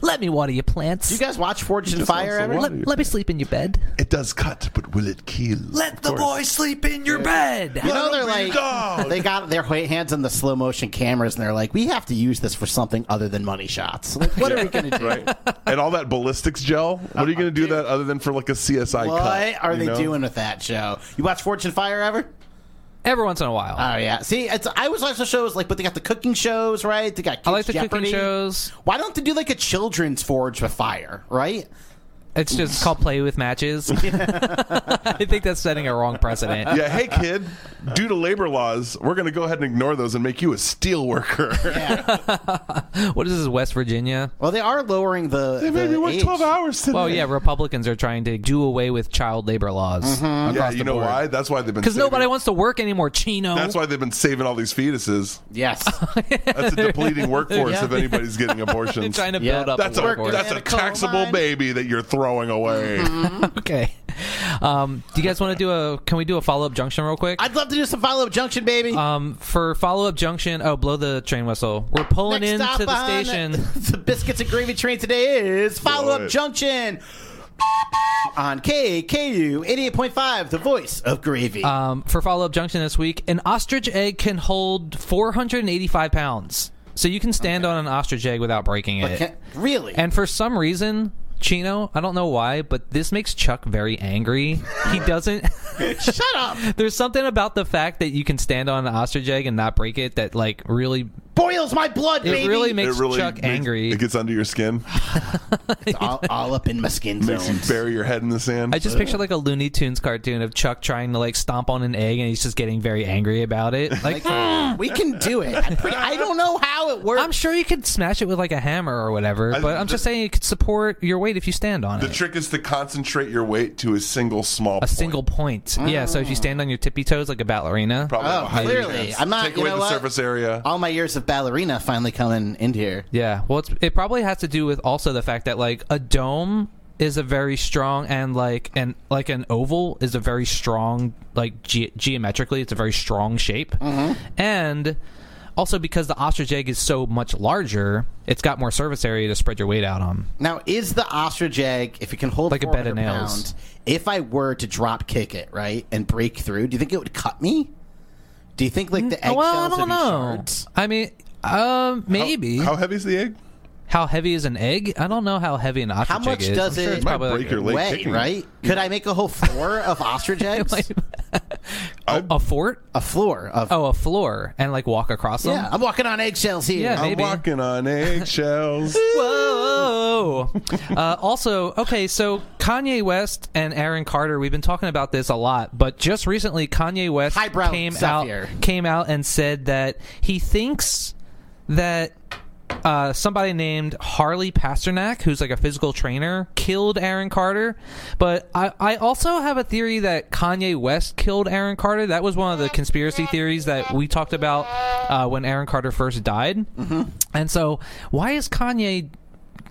Speaker 3: Let me water your plants.
Speaker 4: Do you guys watch Forged in
Speaker 5: just
Speaker 4: Fire
Speaker 5: wants to
Speaker 4: ever?
Speaker 5: watch-
Speaker 3: let, let me sleep in your bed.
Speaker 5: It does cut, but will it kill?
Speaker 3: Let the boy sleep in your bed.
Speaker 4: You know they're
Speaker 5: Let him be
Speaker 4: like
Speaker 5: a dog.
Speaker 4: they got their ha- hands on the slow motion cameras and they're like, we have to use this for something other than money shots. Like, what are we gonna do?
Speaker 5: right? And all that ballistics gel. What are you going to do that other than for like a CSI
Speaker 4: What
Speaker 5: cut?
Speaker 4: are
Speaker 5: you
Speaker 4: they
Speaker 5: know?
Speaker 4: doing with that show? You watch Fortune Fire ever?
Speaker 3: Every once in a while.
Speaker 4: Oh yeah. See, it's I always watch the shows like, but they got the cooking shows, right? They got Kids
Speaker 3: I like the
Speaker 4: Jeopardy.
Speaker 3: cooking shows.
Speaker 4: Why don't they do like a children's Forge with Fire, right?
Speaker 3: It's just called play with matches. I think that's setting a wrong precedent.
Speaker 5: Yeah, hey kid. Due to labor laws, we're going to go ahead and ignore those and make you a steel worker.
Speaker 3: What is this, West Virginia?
Speaker 4: Well, they are lowering the.
Speaker 5: they made
Speaker 4: the
Speaker 5: me work
Speaker 4: age.
Speaker 5: twelve hours today.
Speaker 3: Oh yeah, Republicans are trying to do away with child labor laws
Speaker 5: yeah.
Speaker 3: across
Speaker 5: You
Speaker 3: the
Speaker 5: know
Speaker 3: board.
Speaker 5: why? That's why they've been
Speaker 3: Because
Speaker 5: saving-
Speaker 3: nobody wants to work anymore, Chino.
Speaker 5: That's why they've been saving all these fetuses.
Speaker 4: Yes.
Speaker 5: That's a depleting workforce if anybody's getting
Speaker 3: They're
Speaker 5: abortions.
Speaker 3: trying to
Speaker 4: Yeah.
Speaker 3: build up
Speaker 5: that's
Speaker 3: a
Speaker 5: a
Speaker 3: workforce.
Speaker 5: that's
Speaker 4: in
Speaker 5: a
Speaker 4: a coal
Speaker 5: taxable
Speaker 4: mine.
Speaker 5: baby that you're throwing away.
Speaker 3: Mm-hmm. okay. Um, do you guys want to do a? Can we do a follow up junction real quick?
Speaker 4: I'd love to do some follow up junction, baby.
Speaker 3: um, for follow up junction. Oh, blow the train whistle. We're pulling
Speaker 4: Next stop
Speaker 3: into the
Speaker 4: on
Speaker 3: station.
Speaker 4: The biscuits and gravy train today is follow
Speaker 5: Boy.
Speaker 4: up junction on KKU 88.5, the voice of gravy.
Speaker 3: Um, for follow up junction this week, an ostrich egg can hold 485 pounds, so you can stand on an ostrich egg without breaking it.
Speaker 4: Can- really?
Speaker 3: And for some reason, Chino, I don't know why, but this makes Chuck very angry. He doesn't.
Speaker 4: Shut up.
Speaker 3: There's something about the fact that you can stand on an ostrich egg and not break it that like really
Speaker 4: Boils my blood,
Speaker 3: it
Speaker 4: baby.
Speaker 3: really makes Chuck
Speaker 5: makes-
Speaker 3: angry.
Speaker 5: It gets under your skin,
Speaker 4: It's all, all up in my skin
Speaker 5: makes you
Speaker 4: zones.
Speaker 5: bury your head in the sand.
Speaker 3: I just picture like a Looney Tunes cartoon of Chuck trying to like stomp on an egg and he's just getting very angry about it. Like,
Speaker 4: we can do it. I'm pretty- I don't know how it works.
Speaker 3: I'm sure you could smash it with like a hammer or whatever, but I'm
Speaker 5: the-
Speaker 3: just saying it could support your weight if you stand on
Speaker 5: the
Speaker 3: it.
Speaker 5: trick is to concentrate your weight to a single small.
Speaker 3: a single point. Yeah, so if
Speaker 5: Ah.
Speaker 3: you stand on your tippy toes like a ballerina.
Speaker 5: Probably
Speaker 4: Oh,
Speaker 5: have a higher
Speaker 4: clearly.
Speaker 5: chance.
Speaker 4: I'm not-
Speaker 5: Take
Speaker 4: you
Speaker 5: away
Speaker 4: know
Speaker 5: the
Speaker 4: what?
Speaker 5: surface area.
Speaker 3: Uh,
Speaker 4: all my years of ballerina finally coming in here.
Speaker 3: Yeah, well, it's, it probably has to do with also the fact that like a dome is a very strong and like and like an oval is a very strong like ge- geometrically it's a very strong shape, and also because the ostrich egg is so much larger, it's got more surface area to spread your weight out on.
Speaker 4: Now, is the ostrich egg, if it can hold
Speaker 3: Like a bed of
Speaker 4: 400
Speaker 3: nails.
Speaker 4: pounds, if I were to drop kick it, right, and break through, do you think it would cut me? Do you think, like, the eggshells
Speaker 3: Mm, well, I
Speaker 4: would
Speaker 3: don't
Speaker 4: be
Speaker 3: know.
Speaker 4: shards?
Speaker 3: I mean, um, maybe.
Speaker 5: How heavy is the egg?
Speaker 3: How heavy is an egg? I don't know how heavy an ostrich
Speaker 4: How much
Speaker 3: egg is.
Speaker 4: does
Speaker 3: I'm sure
Speaker 4: it
Speaker 3: it's
Speaker 5: might
Speaker 3: probably like
Speaker 5: break your leg
Speaker 4: Way,
Speaker 5: kicking.
Speaker 4: right? Could I make a whole floor of ostrich eggs?
Speaker 5: I-
Speaker 3: a fort?
Speaker 4: a floor of.
Speaker 3: Oh, a floor and like walk across them.
Speaker 4: Yeah, I'm walking on eggshells here.
Speaker 3: Yeah,
Speaker 5: I'm
Speaker 3: maybe.
Speaker 5: walking on eggshells.
Speaker 3: Whoa! uh, also, okay, so Kanye West and Aaron Carter, we've been talking about this a lot, but just recently, Kanye West
Speaker 4: Highbrow
Speaker 3: came
Speaker 4: stuff
Speaker 3: out
Speaker 4: here.
Speaker 3: came out and said that he thinks that uh, somebody named Harley Pasternak, who's like a physical trainer, killed Aaron Carter. But I, I also have a theory that Kanye West killed Aaron Carter. That was one of the conspiracy theories that we talked about uh, when Aaron Carter first died.
Speaker 4: Mm-hmm.
Speaker 3: And so, why is Kanye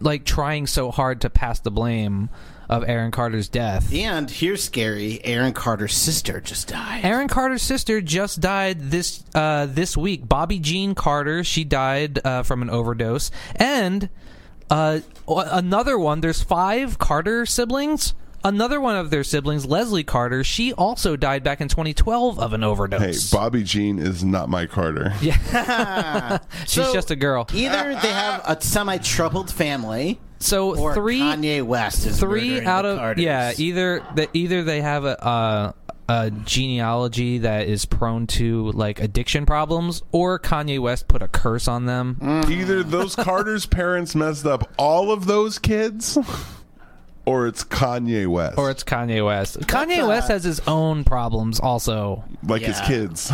Speaker 3: like trying so hard to pass the blame of Aaron Carter's death?
Speaker 4: And here's scary Aaron Carter's sister just died.
Speaker 3: Aaron Carter's sister just died this uh, this week. Bobby Jean Carter, she died uh, from an overdose, and uh, o- another one. There's five Carter siblings. Another one of their siblings, Leslie Carter, she also died back in 2012 of an
Speaker 5: hey,
Speaker 3: overdose.
Speaker 5: Bobby Jean is not my Carter.
Speaker 3: She's
Speaker 4: So-
Speaker 3: just a girl.
Speaker 4: Either they have a semi troubled family,
Speaker 3: So
Speaker 4: or
Speaker 3: three
Speaker 4: Kanye West is
Speaker 3: three
Speaker 4: murdering
Speaker 3: out
Speaker 4: the
Speaker 3: of
Speaker 4: Carters.
Speaker 3: yeah either that either they have a, uh a genealogy that is prone to like addiction problems or kanye west put a curse on them
Speaker 4: Mm.
Speaker 5: Either those Carter's parents messed up all of those kids, or it's Kanye West,
Speaker 3: or it's kanye west kanye west has his own problems also
Speaker 5: like his
Speaker 4: Yeah.
Speaker 5: kids.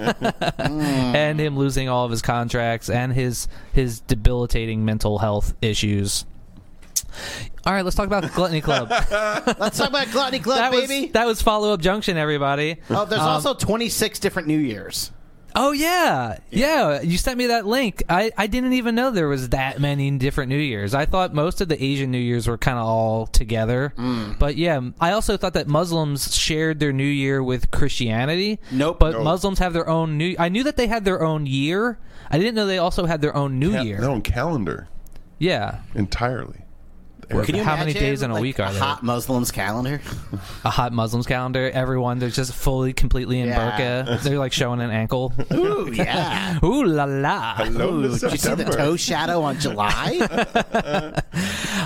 Speaker 4: Mm.
Speaker 3: and him losing all of his contracts and his his debilitating mental health issues all right let's talk about gluttony club
Speaker 4: Let's talk about Gluttony
Speaker 3: e- that
Speaker 4: Club,
Speaker 3: was um,
Speaker 4: baby.
Speaker 3: that was follow-up junction everybody
Speaker 4: oh, there's also 26 different New Year's.
Speaker 3: Oh yeah. yeah, You sent me that link. I, I didn't even know there was that many different New Years. I thought most of the Asian New Years were kind of all together.
Speaker 4: Mm.
Speaker 3: But yeah, I also thought that Muslims shared their New Year with Christianity.
Speaker 4: Nope.
Speaker 3: But
Speaker 5: Nope.
Speaker 3: Muslims have their own New. I knew that they had their own year. I didn't know they also had their own New
Speaker 5: Yeah,
Speaker 3: Year.
Speaker 5: Their own calendar.
Speaker 3: Yeah,
Speaker 5: entirely.
Speaker 4: Can you
Speaker 3: how many
Speaker 4: imagine,
Speaker 3: days in a
Speaker 4: like,
Speaker 3: week are there?
Speaker 4: hot Muslim's calendar?
Speaker 3: a hot Muslims calendar. Everyone, they're just fully, completely in
Speaker 4: Yeah.
Speaker 3: burqa. They're like showing an ankle.
Speaker 4: Ooh, yeah.
Speaker 3: Ooh la la.
Speaker 5: Hello,
Speaker 4: Ooh, did you see the
Speaker 5: September.
Speaker 4: toe shadow on July?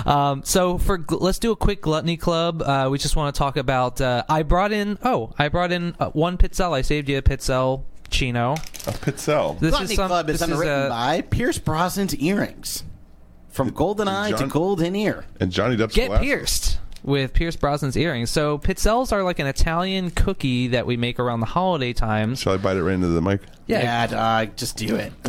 Speaker 3: Um, so for gl- let's do a quick gluttony club. Uh, we just want to talk about. Uh, I brought in. Oh, I brought in uh, one pitzel. I saved you a pitzel chino.
Speaker 5: A Pitzel.
Speaker 3: This
Speaker 4: Gluttony
Speaker 3: some-
Speaker 4: Club is
Speaker 3: this
Speaker 4: underwritten
Speaker 3: uh,
Speaker 4: by Pierce Brosnan's earrings. From golden eye to
Speaker 5: John-
Speaker 4: golden ear.
Speaker 5: and Johnny Depp's
Speaker 3: Get
Speaker 5: glasses.
Speaker 3: Pierced with Pierce Brosnan's earrings. So pizzelles are like an Italian cookie that we make around the holiday times.
Speaker 5: Shall I bite it right into the mic?
Speaker 3: Yeah. Hmm.
Speaker 4: Yeah, dog, just do it.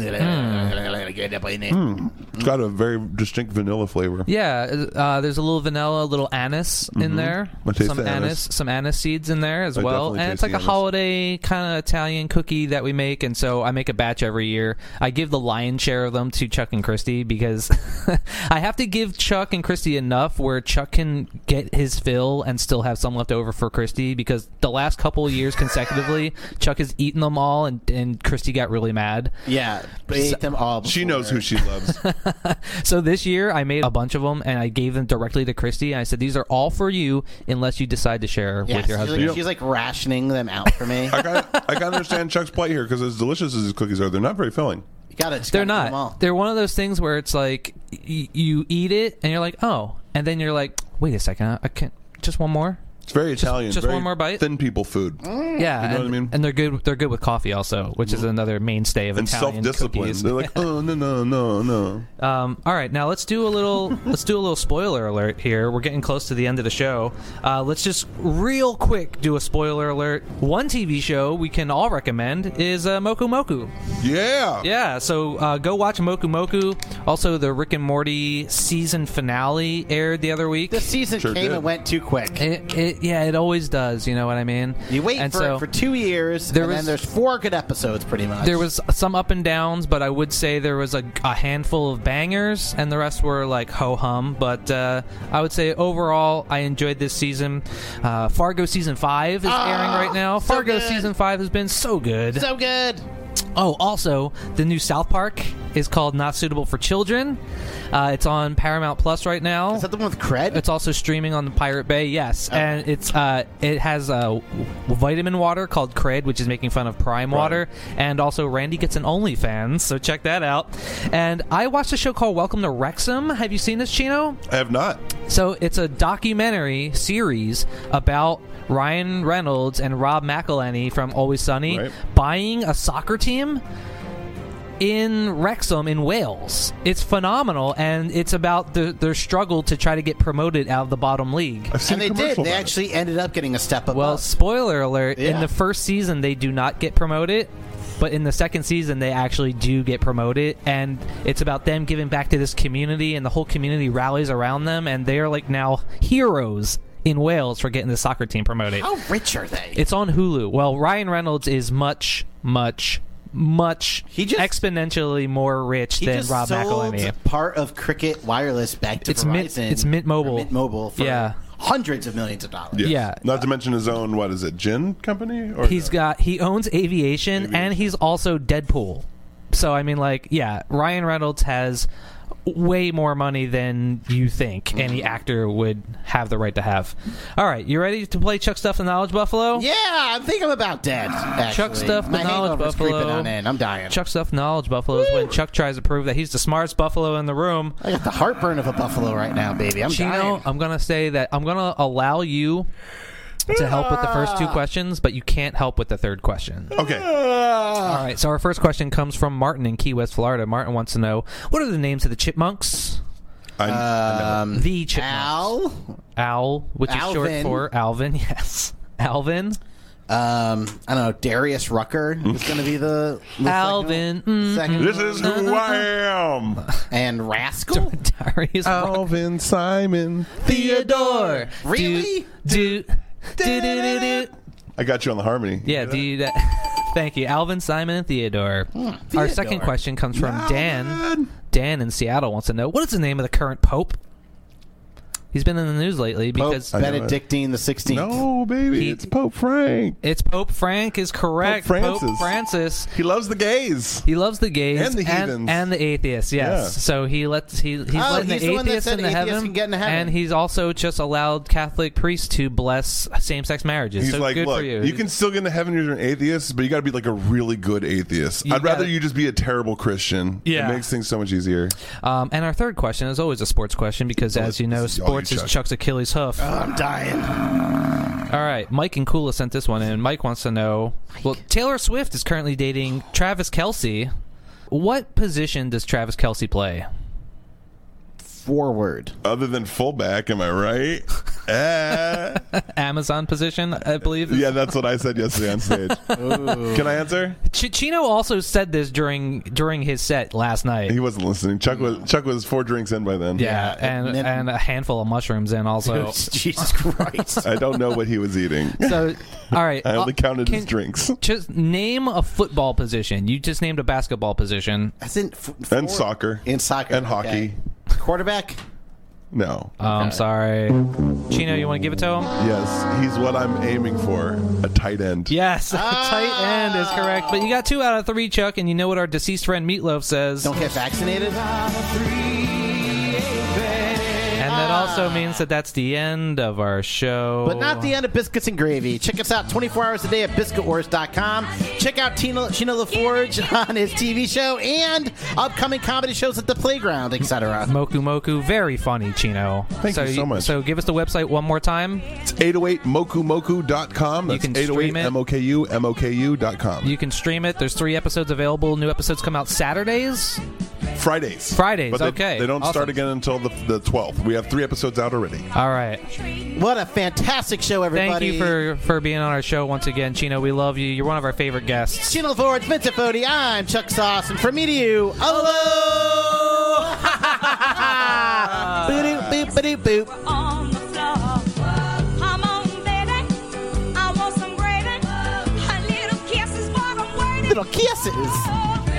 Speaker 4: Get up in it.
Speaker 5: It's got a very distinct vanilla flavor.
Speaker 3: Yeah, uh, there's a little vanilla, a little anise in there,
Speaker 5: I taste
Speaker 3: some
Speaker 5: the anise.
Speaker 3: some anise seeds in there as
Speaker 5: I
Speaker 3: well,
Speaker 5: definitely
Speaker 3: and it's like
Speaker 5: taste the
Speaker 3: a
Speaker 5: anise.
Speaker 3: holiday kind of Italian cookie that we make. And so I make a batch every year. I give the lion's share of them to Chuck and Christy because I have to give Chuck and Christy enough where Chuck can get his fill and still have some left over for Christy because the last couple of years consecutively, Chuck has eaten them all, and and Christy got really mad.
Speaker 4: Yeah, but ate them all.
Speaker 5: She
Speaker 4: before.
Speaker 5: knows who she loves.
Speaker 3: So this year, I made a bunch of them and I gave them directly to Christy. And I said, "These are all for you, unless you decide to share
Speaker 4: Yeah,
Speaker 3: with your
Speaker 4: she's,
Speaker 3: husband."
Speaker 4: like, she's like rationing them out for me.
Speaker 5: I kind of I kinda understand Chuck's plight here because as delicious as these cookies are, they're not very filling.
Speaker 4: Got it.
Speaker 3: They're not. They're one of those things where it's like y- you eat it and you're like, "Oh," and then you're like, "Wait a second, I can't." Just one more,
Speaker 5: It's very Italian.
Speaker 3: just
Speaker 5: very
Speaker 3: one more bite? Mm.
Speaker 5: Thin people food.
Speaker 3: yeah.
Speaker 5: know
Speaker 3: and,
Speaker 5: what I mean? Mm.
Speaker 3: and they're good. They're good with coffee also, which is another mainstay of
Speaker 5: And self
Speaker 3: Italian
Speaker 5: discipline.
Speaker 3: cookies.
Speaker 5: They're like, oh, no, no, no, no.
Speaker 3: Um, all right, now let's do a little let's do a little spoiler alert here. We're getting close to the end of the show. Uh, let's just real quick do a spoiler alert. One TV show we can all recommend is uh, Moku Moku.
Speaker 5: Yeah.
Speaker 3: Yeah, so uh, go watch Moku Moku. Also, the Rick and Morty season finale aired the other week.
Speaker 4: The season
Speaker 5: Sure
Speaker 4: came
Speaker 5: did.
Speaker 4: and went too quick.
Speaker 3: It, it, yeah, it always does. You know what I mean?
Speaker 4: You wait
Speaker 3: and
Speaker 4: for
Speaker 3: so,
Speaker 4: it for two years,
Speaker 3: there
Speaker 4: and
Speaker 3: was-
Speaker 4: then there's four good episodes, pretty much.
Speaker 3: There was some up and downs, but I would say there was a, a handful of bangers, and the rest were like ho hum. But uh, I would say overall, I enjoyed this season. Uh, Fargo season five is airing right now.
Speaker 4: Ah, so
Speaker 3: Fargo
Speaker 4: good.
Speaker 3: season five has been so good.
Speaker 4: so good.
Speaker 3: oh, also, the new South Park is called Not Suitable for Children. Uh, it's on Paramount Plus right now.
Speaker 4: Is that the one with cred?
Speaker 3: It's also streaming on the Pirate Bay, yes, and it's uh, it has uh, w- vitamin water called Cred, which is making fun of Prime Water, and also Randy gets an OnlyFans, so check that out. And I watched a show called Welcome to Wrexham. Have you seen this, Chino?
Speaker 5: I have not.
Speaker 3: So it's a documentary series about Ryan Reynolds and Rob McElhenney from Always Sunny
Speaker 5: Right.
Speaker 3: buying a soccer team in Wrexham in Wales. It's phenomenal, and it's about the, their struggle to try to get promoted out of the bottom league.
Speaker 5: I've seen
Speaker 4: and
Speaker 5: a
Speaker 4: they did.
Speaker 5: commercial
Speaker 4: They
Speaker 5: about it.
Speaker 4: actually ended up getting a step above.
Speaker 3: Well, spoiler alert: in
Speaker 4: Yeah.
Speaker 3: the first season, they do not get promoted. But in the second season, they actually do get promoted, and it's about them giving back to this community, and the whole community rallies around them, and they are like now heroes in Wales for getting the soccer team promoted.
Speaker 4: How rich are they?
Speaker 3: It's on Hulu. Well, Ryan Reynolds is much, much, much
Speaker 4: He just-
Speaker 3: exponentially more rich
Speaker 4: he
Speaker 3: than
Speaker 4: just
Speaker 3: Rob
Speaker 4: sold
Speaker 3: McElhenney.
Speaker 4: part of Cricket Wireless back to
Speaker 3: It's
Speaker 4: Verizon.
Speaker 3: Mint- it's Mint
Speaker 4: or
Speaker 3: Mobile.
Speaker 4: Mint Mobile for
Speaker 3: Yeah.
Speaker 4: hundreds of millions of dollars.
Speaker 5: Yes.
Speaker 3: yeah.
Speaker 5: Not to mention his own, what is it, gin company? Or
Speaker 3: He's
Speaker 5: no?
Speaker 3: got he owns aviation, and he's also Deadpool. So I mean, like, yeah, Ryan Reynolds has way more money than you think any actor would have the right to have. All right, you ready to play Chuck Stuff the Knowledge Buffalo?
Speaker 4: Yeah, I think I'm about dead. Actually.
Speaker 3: Stuff, the
Speaker 4: My
Speaker 3: Knowledge
Speaker 4: hangover's
Speaker 3: Buffalo.
Speaker 4: creeping on in. I'm dying.
Speaker 3: Chuck Stuff Knowledge Buffalo is when Chuck tries to prove that he's the smartest buffalo in the room.
Speaker 4: I got the heartburn of a buffalo right now, baby. I'm
Speaker 3: Chino,
Speaker 4: dying.
Speaker 3: I'm gonna say that I'm gonna allow you to help with the first two questions, but you can't help with the third question.
Speaker 5: Okay.
Speaker 3: All right, so our first question comes from Martin in Key West, Florida. Martin wants to know what are the names of the chipmunks?
Speaker 5: I,
Speaker 4: Um,
Speaker 3: The chipmunks.
Speaker 4: Al,
Speaker 3: Owl, which is short
Speaker 4: Alvin.
Speaker 3: for Alvin, yes. Alvin.
Speaker 4: um, I don't know. Darius Rucker is going to be the the second-
Speaker 3: Alvin. Mm,
Speaker 4: second
Speaker 5: this is who I am.
Speaker 4: and Rascal.
Speaker 3: Darius.
Speaker 4: Oh.
Speaker 5: Alvin Simon.
Speaker 3: Theodore.
Speaker 4: Really?
Speaker 3: Do, do, do, do, do, do.
Speaker 5: I got you on the harmony.
Speaker 3: Yeah, do you, that, thank you. Alvin, Simon, and Theodore. Our second
Speaker 4: Hmm, Theodore.
Speaker 3: question comes from Dan.
Speaker 5: Alvin.
Speaker 3: Dan in Seattle wants to know what is the name of the current pope? He's been in the news lately because
Speaker 5: I know it.
Speaker 4: Oh, Benedictine the 16th.
Speaker 5: No, baby,
Speaker 3: He-
Speaker 5: it's Pope Frank.
Speaker 3: it's Pope Frank is correct.
Speaker 5: Pope
Speaker 3: Pope
Speaker 5: Francis.
Speaker 3: Francis.
Speaker 5: He loves the gays.
Speaker 3: He loves the gays
Speaker 5: And the heathens.
Speaker 3: and, the atheists. Yes.
Speaker 5: Yeah.
Speaker 3: So he lets he he's
Speaker 4: Oh,
Speaker 3: letting
Speaker 4: he's
Speaker 3: the
Speaker 4: the one that
Speaker 3: atheists
Speaker 4: said
Speaker 3: into,
Speaker 4: atheists
Speaker 3: heaven,
Speaker 4: can get into heaven.
Speaker 3: and he's also just allowed Catholic priests to bless same-sex marriages.
Speaker 5: He's
Speaker 3: so
Speaker 5: like,
Speaker 3: good
Speaker 5: look,
Speaker 3: for you.
Speaker 5: you. can still get into heaven if you're an atheist, but you got to be like a really good atheist.
Speaker 3: You
Speaker 5: I'd rather
Speaker 3: gotta-
Speaker 5: you just be a terrible Christian.
Speaker 3: Yeah.
Speaker 5: It makes things so much easier.
Speaker 3: Um, and our third question is always a sports question because, as you know,
Speaker 5: this is all
Speaker 3: sports
Speaker 5: you,
Speaker 3: is
Speaker 5: Chuck.
Speaker 3: Chuck's Achilles hoof.
Speaker 4: I'm dying.
Speaker 3: All right, Mike and Kula sent this one in. Mike wants to know: Well, Taylor Swift is currently dating Travis Kelsey. What position does Travis Kelsey play?
Speaker 4: Forward.
Speaker 5: Other than fullback, am I right? Eh.
Speaker 3: Amazon position, I believe.
Speaker 5: yeah, that's what I said yesterday on stage. Can I answer?
Speaker 3: Ch- Chino also said this during during his set last night.
Speaker 5: He wasn't listening. Chuck was Chuck was four drinks in by then.
Speaker 3: yeah,
Speaker 4: Yeah,
Speaker 3: and
Speaker 4: and then-
Speaker 3: and a handful of mushrooms in also.
Speaker 4: Jesus Christ.
Speaker 5: I don't know what he was eating.
Speaker 3: so, all right.
Speaker 5: I only
Speaker 3: uh,
Speaker 5: counted his
Speaker 3: can-
Speaker 5: drinks
Speaker 3: Just name a football position. You just named a basketball position.
Speaker 4: That's in f-
Speaker 5: and
Speaker 4: forward.
Speaker 5: soccer
Speaker 4: And soccer.
Speaker 5: and hockey.
Speaker 4: okay. Quarterback.
Speaker 5: No.
Speaker 3: Oh, I'm sorry, Chino. You want to give it to him?
Speaker 5: yes, he's what I'm aiming for. A tight end.
Speaker 3: Yes, tight
Speaker 5: Ah.
Speaker 3: end is correct. But you got two out of three, Chuck, and you know what our deceased friend Meatloaf says.
Speaker 4: Don't get vaccinated.
Speaker 3: and that also means that that's the end of our show.
Speaker 4: But not
Speaker 3: Oh.
Speaker 4: the end of Biscuits and Gravy. Check us out 24 hours a day at biscuitwars.com. Check out Tina, Sheena LaForge on his TV show and upcoming comedy shows at the playground, etc.
Speaker 3: Moku Moku, very funny, Chino.
Speaker 5: Thank you so much.
Speaker 3: So give us the website one more time.
Speaker 5: It's 808mokumoku.com. That's
Speaker 3: You can stream it.
Speaker 5: 808moku, moku.com.
Speaker 3: You can stream it. There's three episodes available. New episodes come out Saturdays.
Speaker 5: Fridays.
Speaker 3: Fridays,
Speaker 5: But they,
Speaker 3: okay.
Speaker 5: They don't
Speaker 3: Awesome.
Speaker 5: start again until the, the 12th. We have three episodes out already.
Speaker 3: All right.
Speaker 4: What a fantastic show,
Speaker 3: Thank
Speaker 4: everybody.
Speaker 3: you for for being on our show once again, Chino. We love you. You're one of our favorite guests.
Speaker 4: Sheena LaForge, Vincent Fodi. I'm Chuck Sauce, and from me to you, hello! Boop, boop, boop, boop.
Speaker 1: on the floor. Come on, baby. I want some gravy. A little kiss is what I'm waiting
Speaker 4: Little kisses.
Speaker 1: for.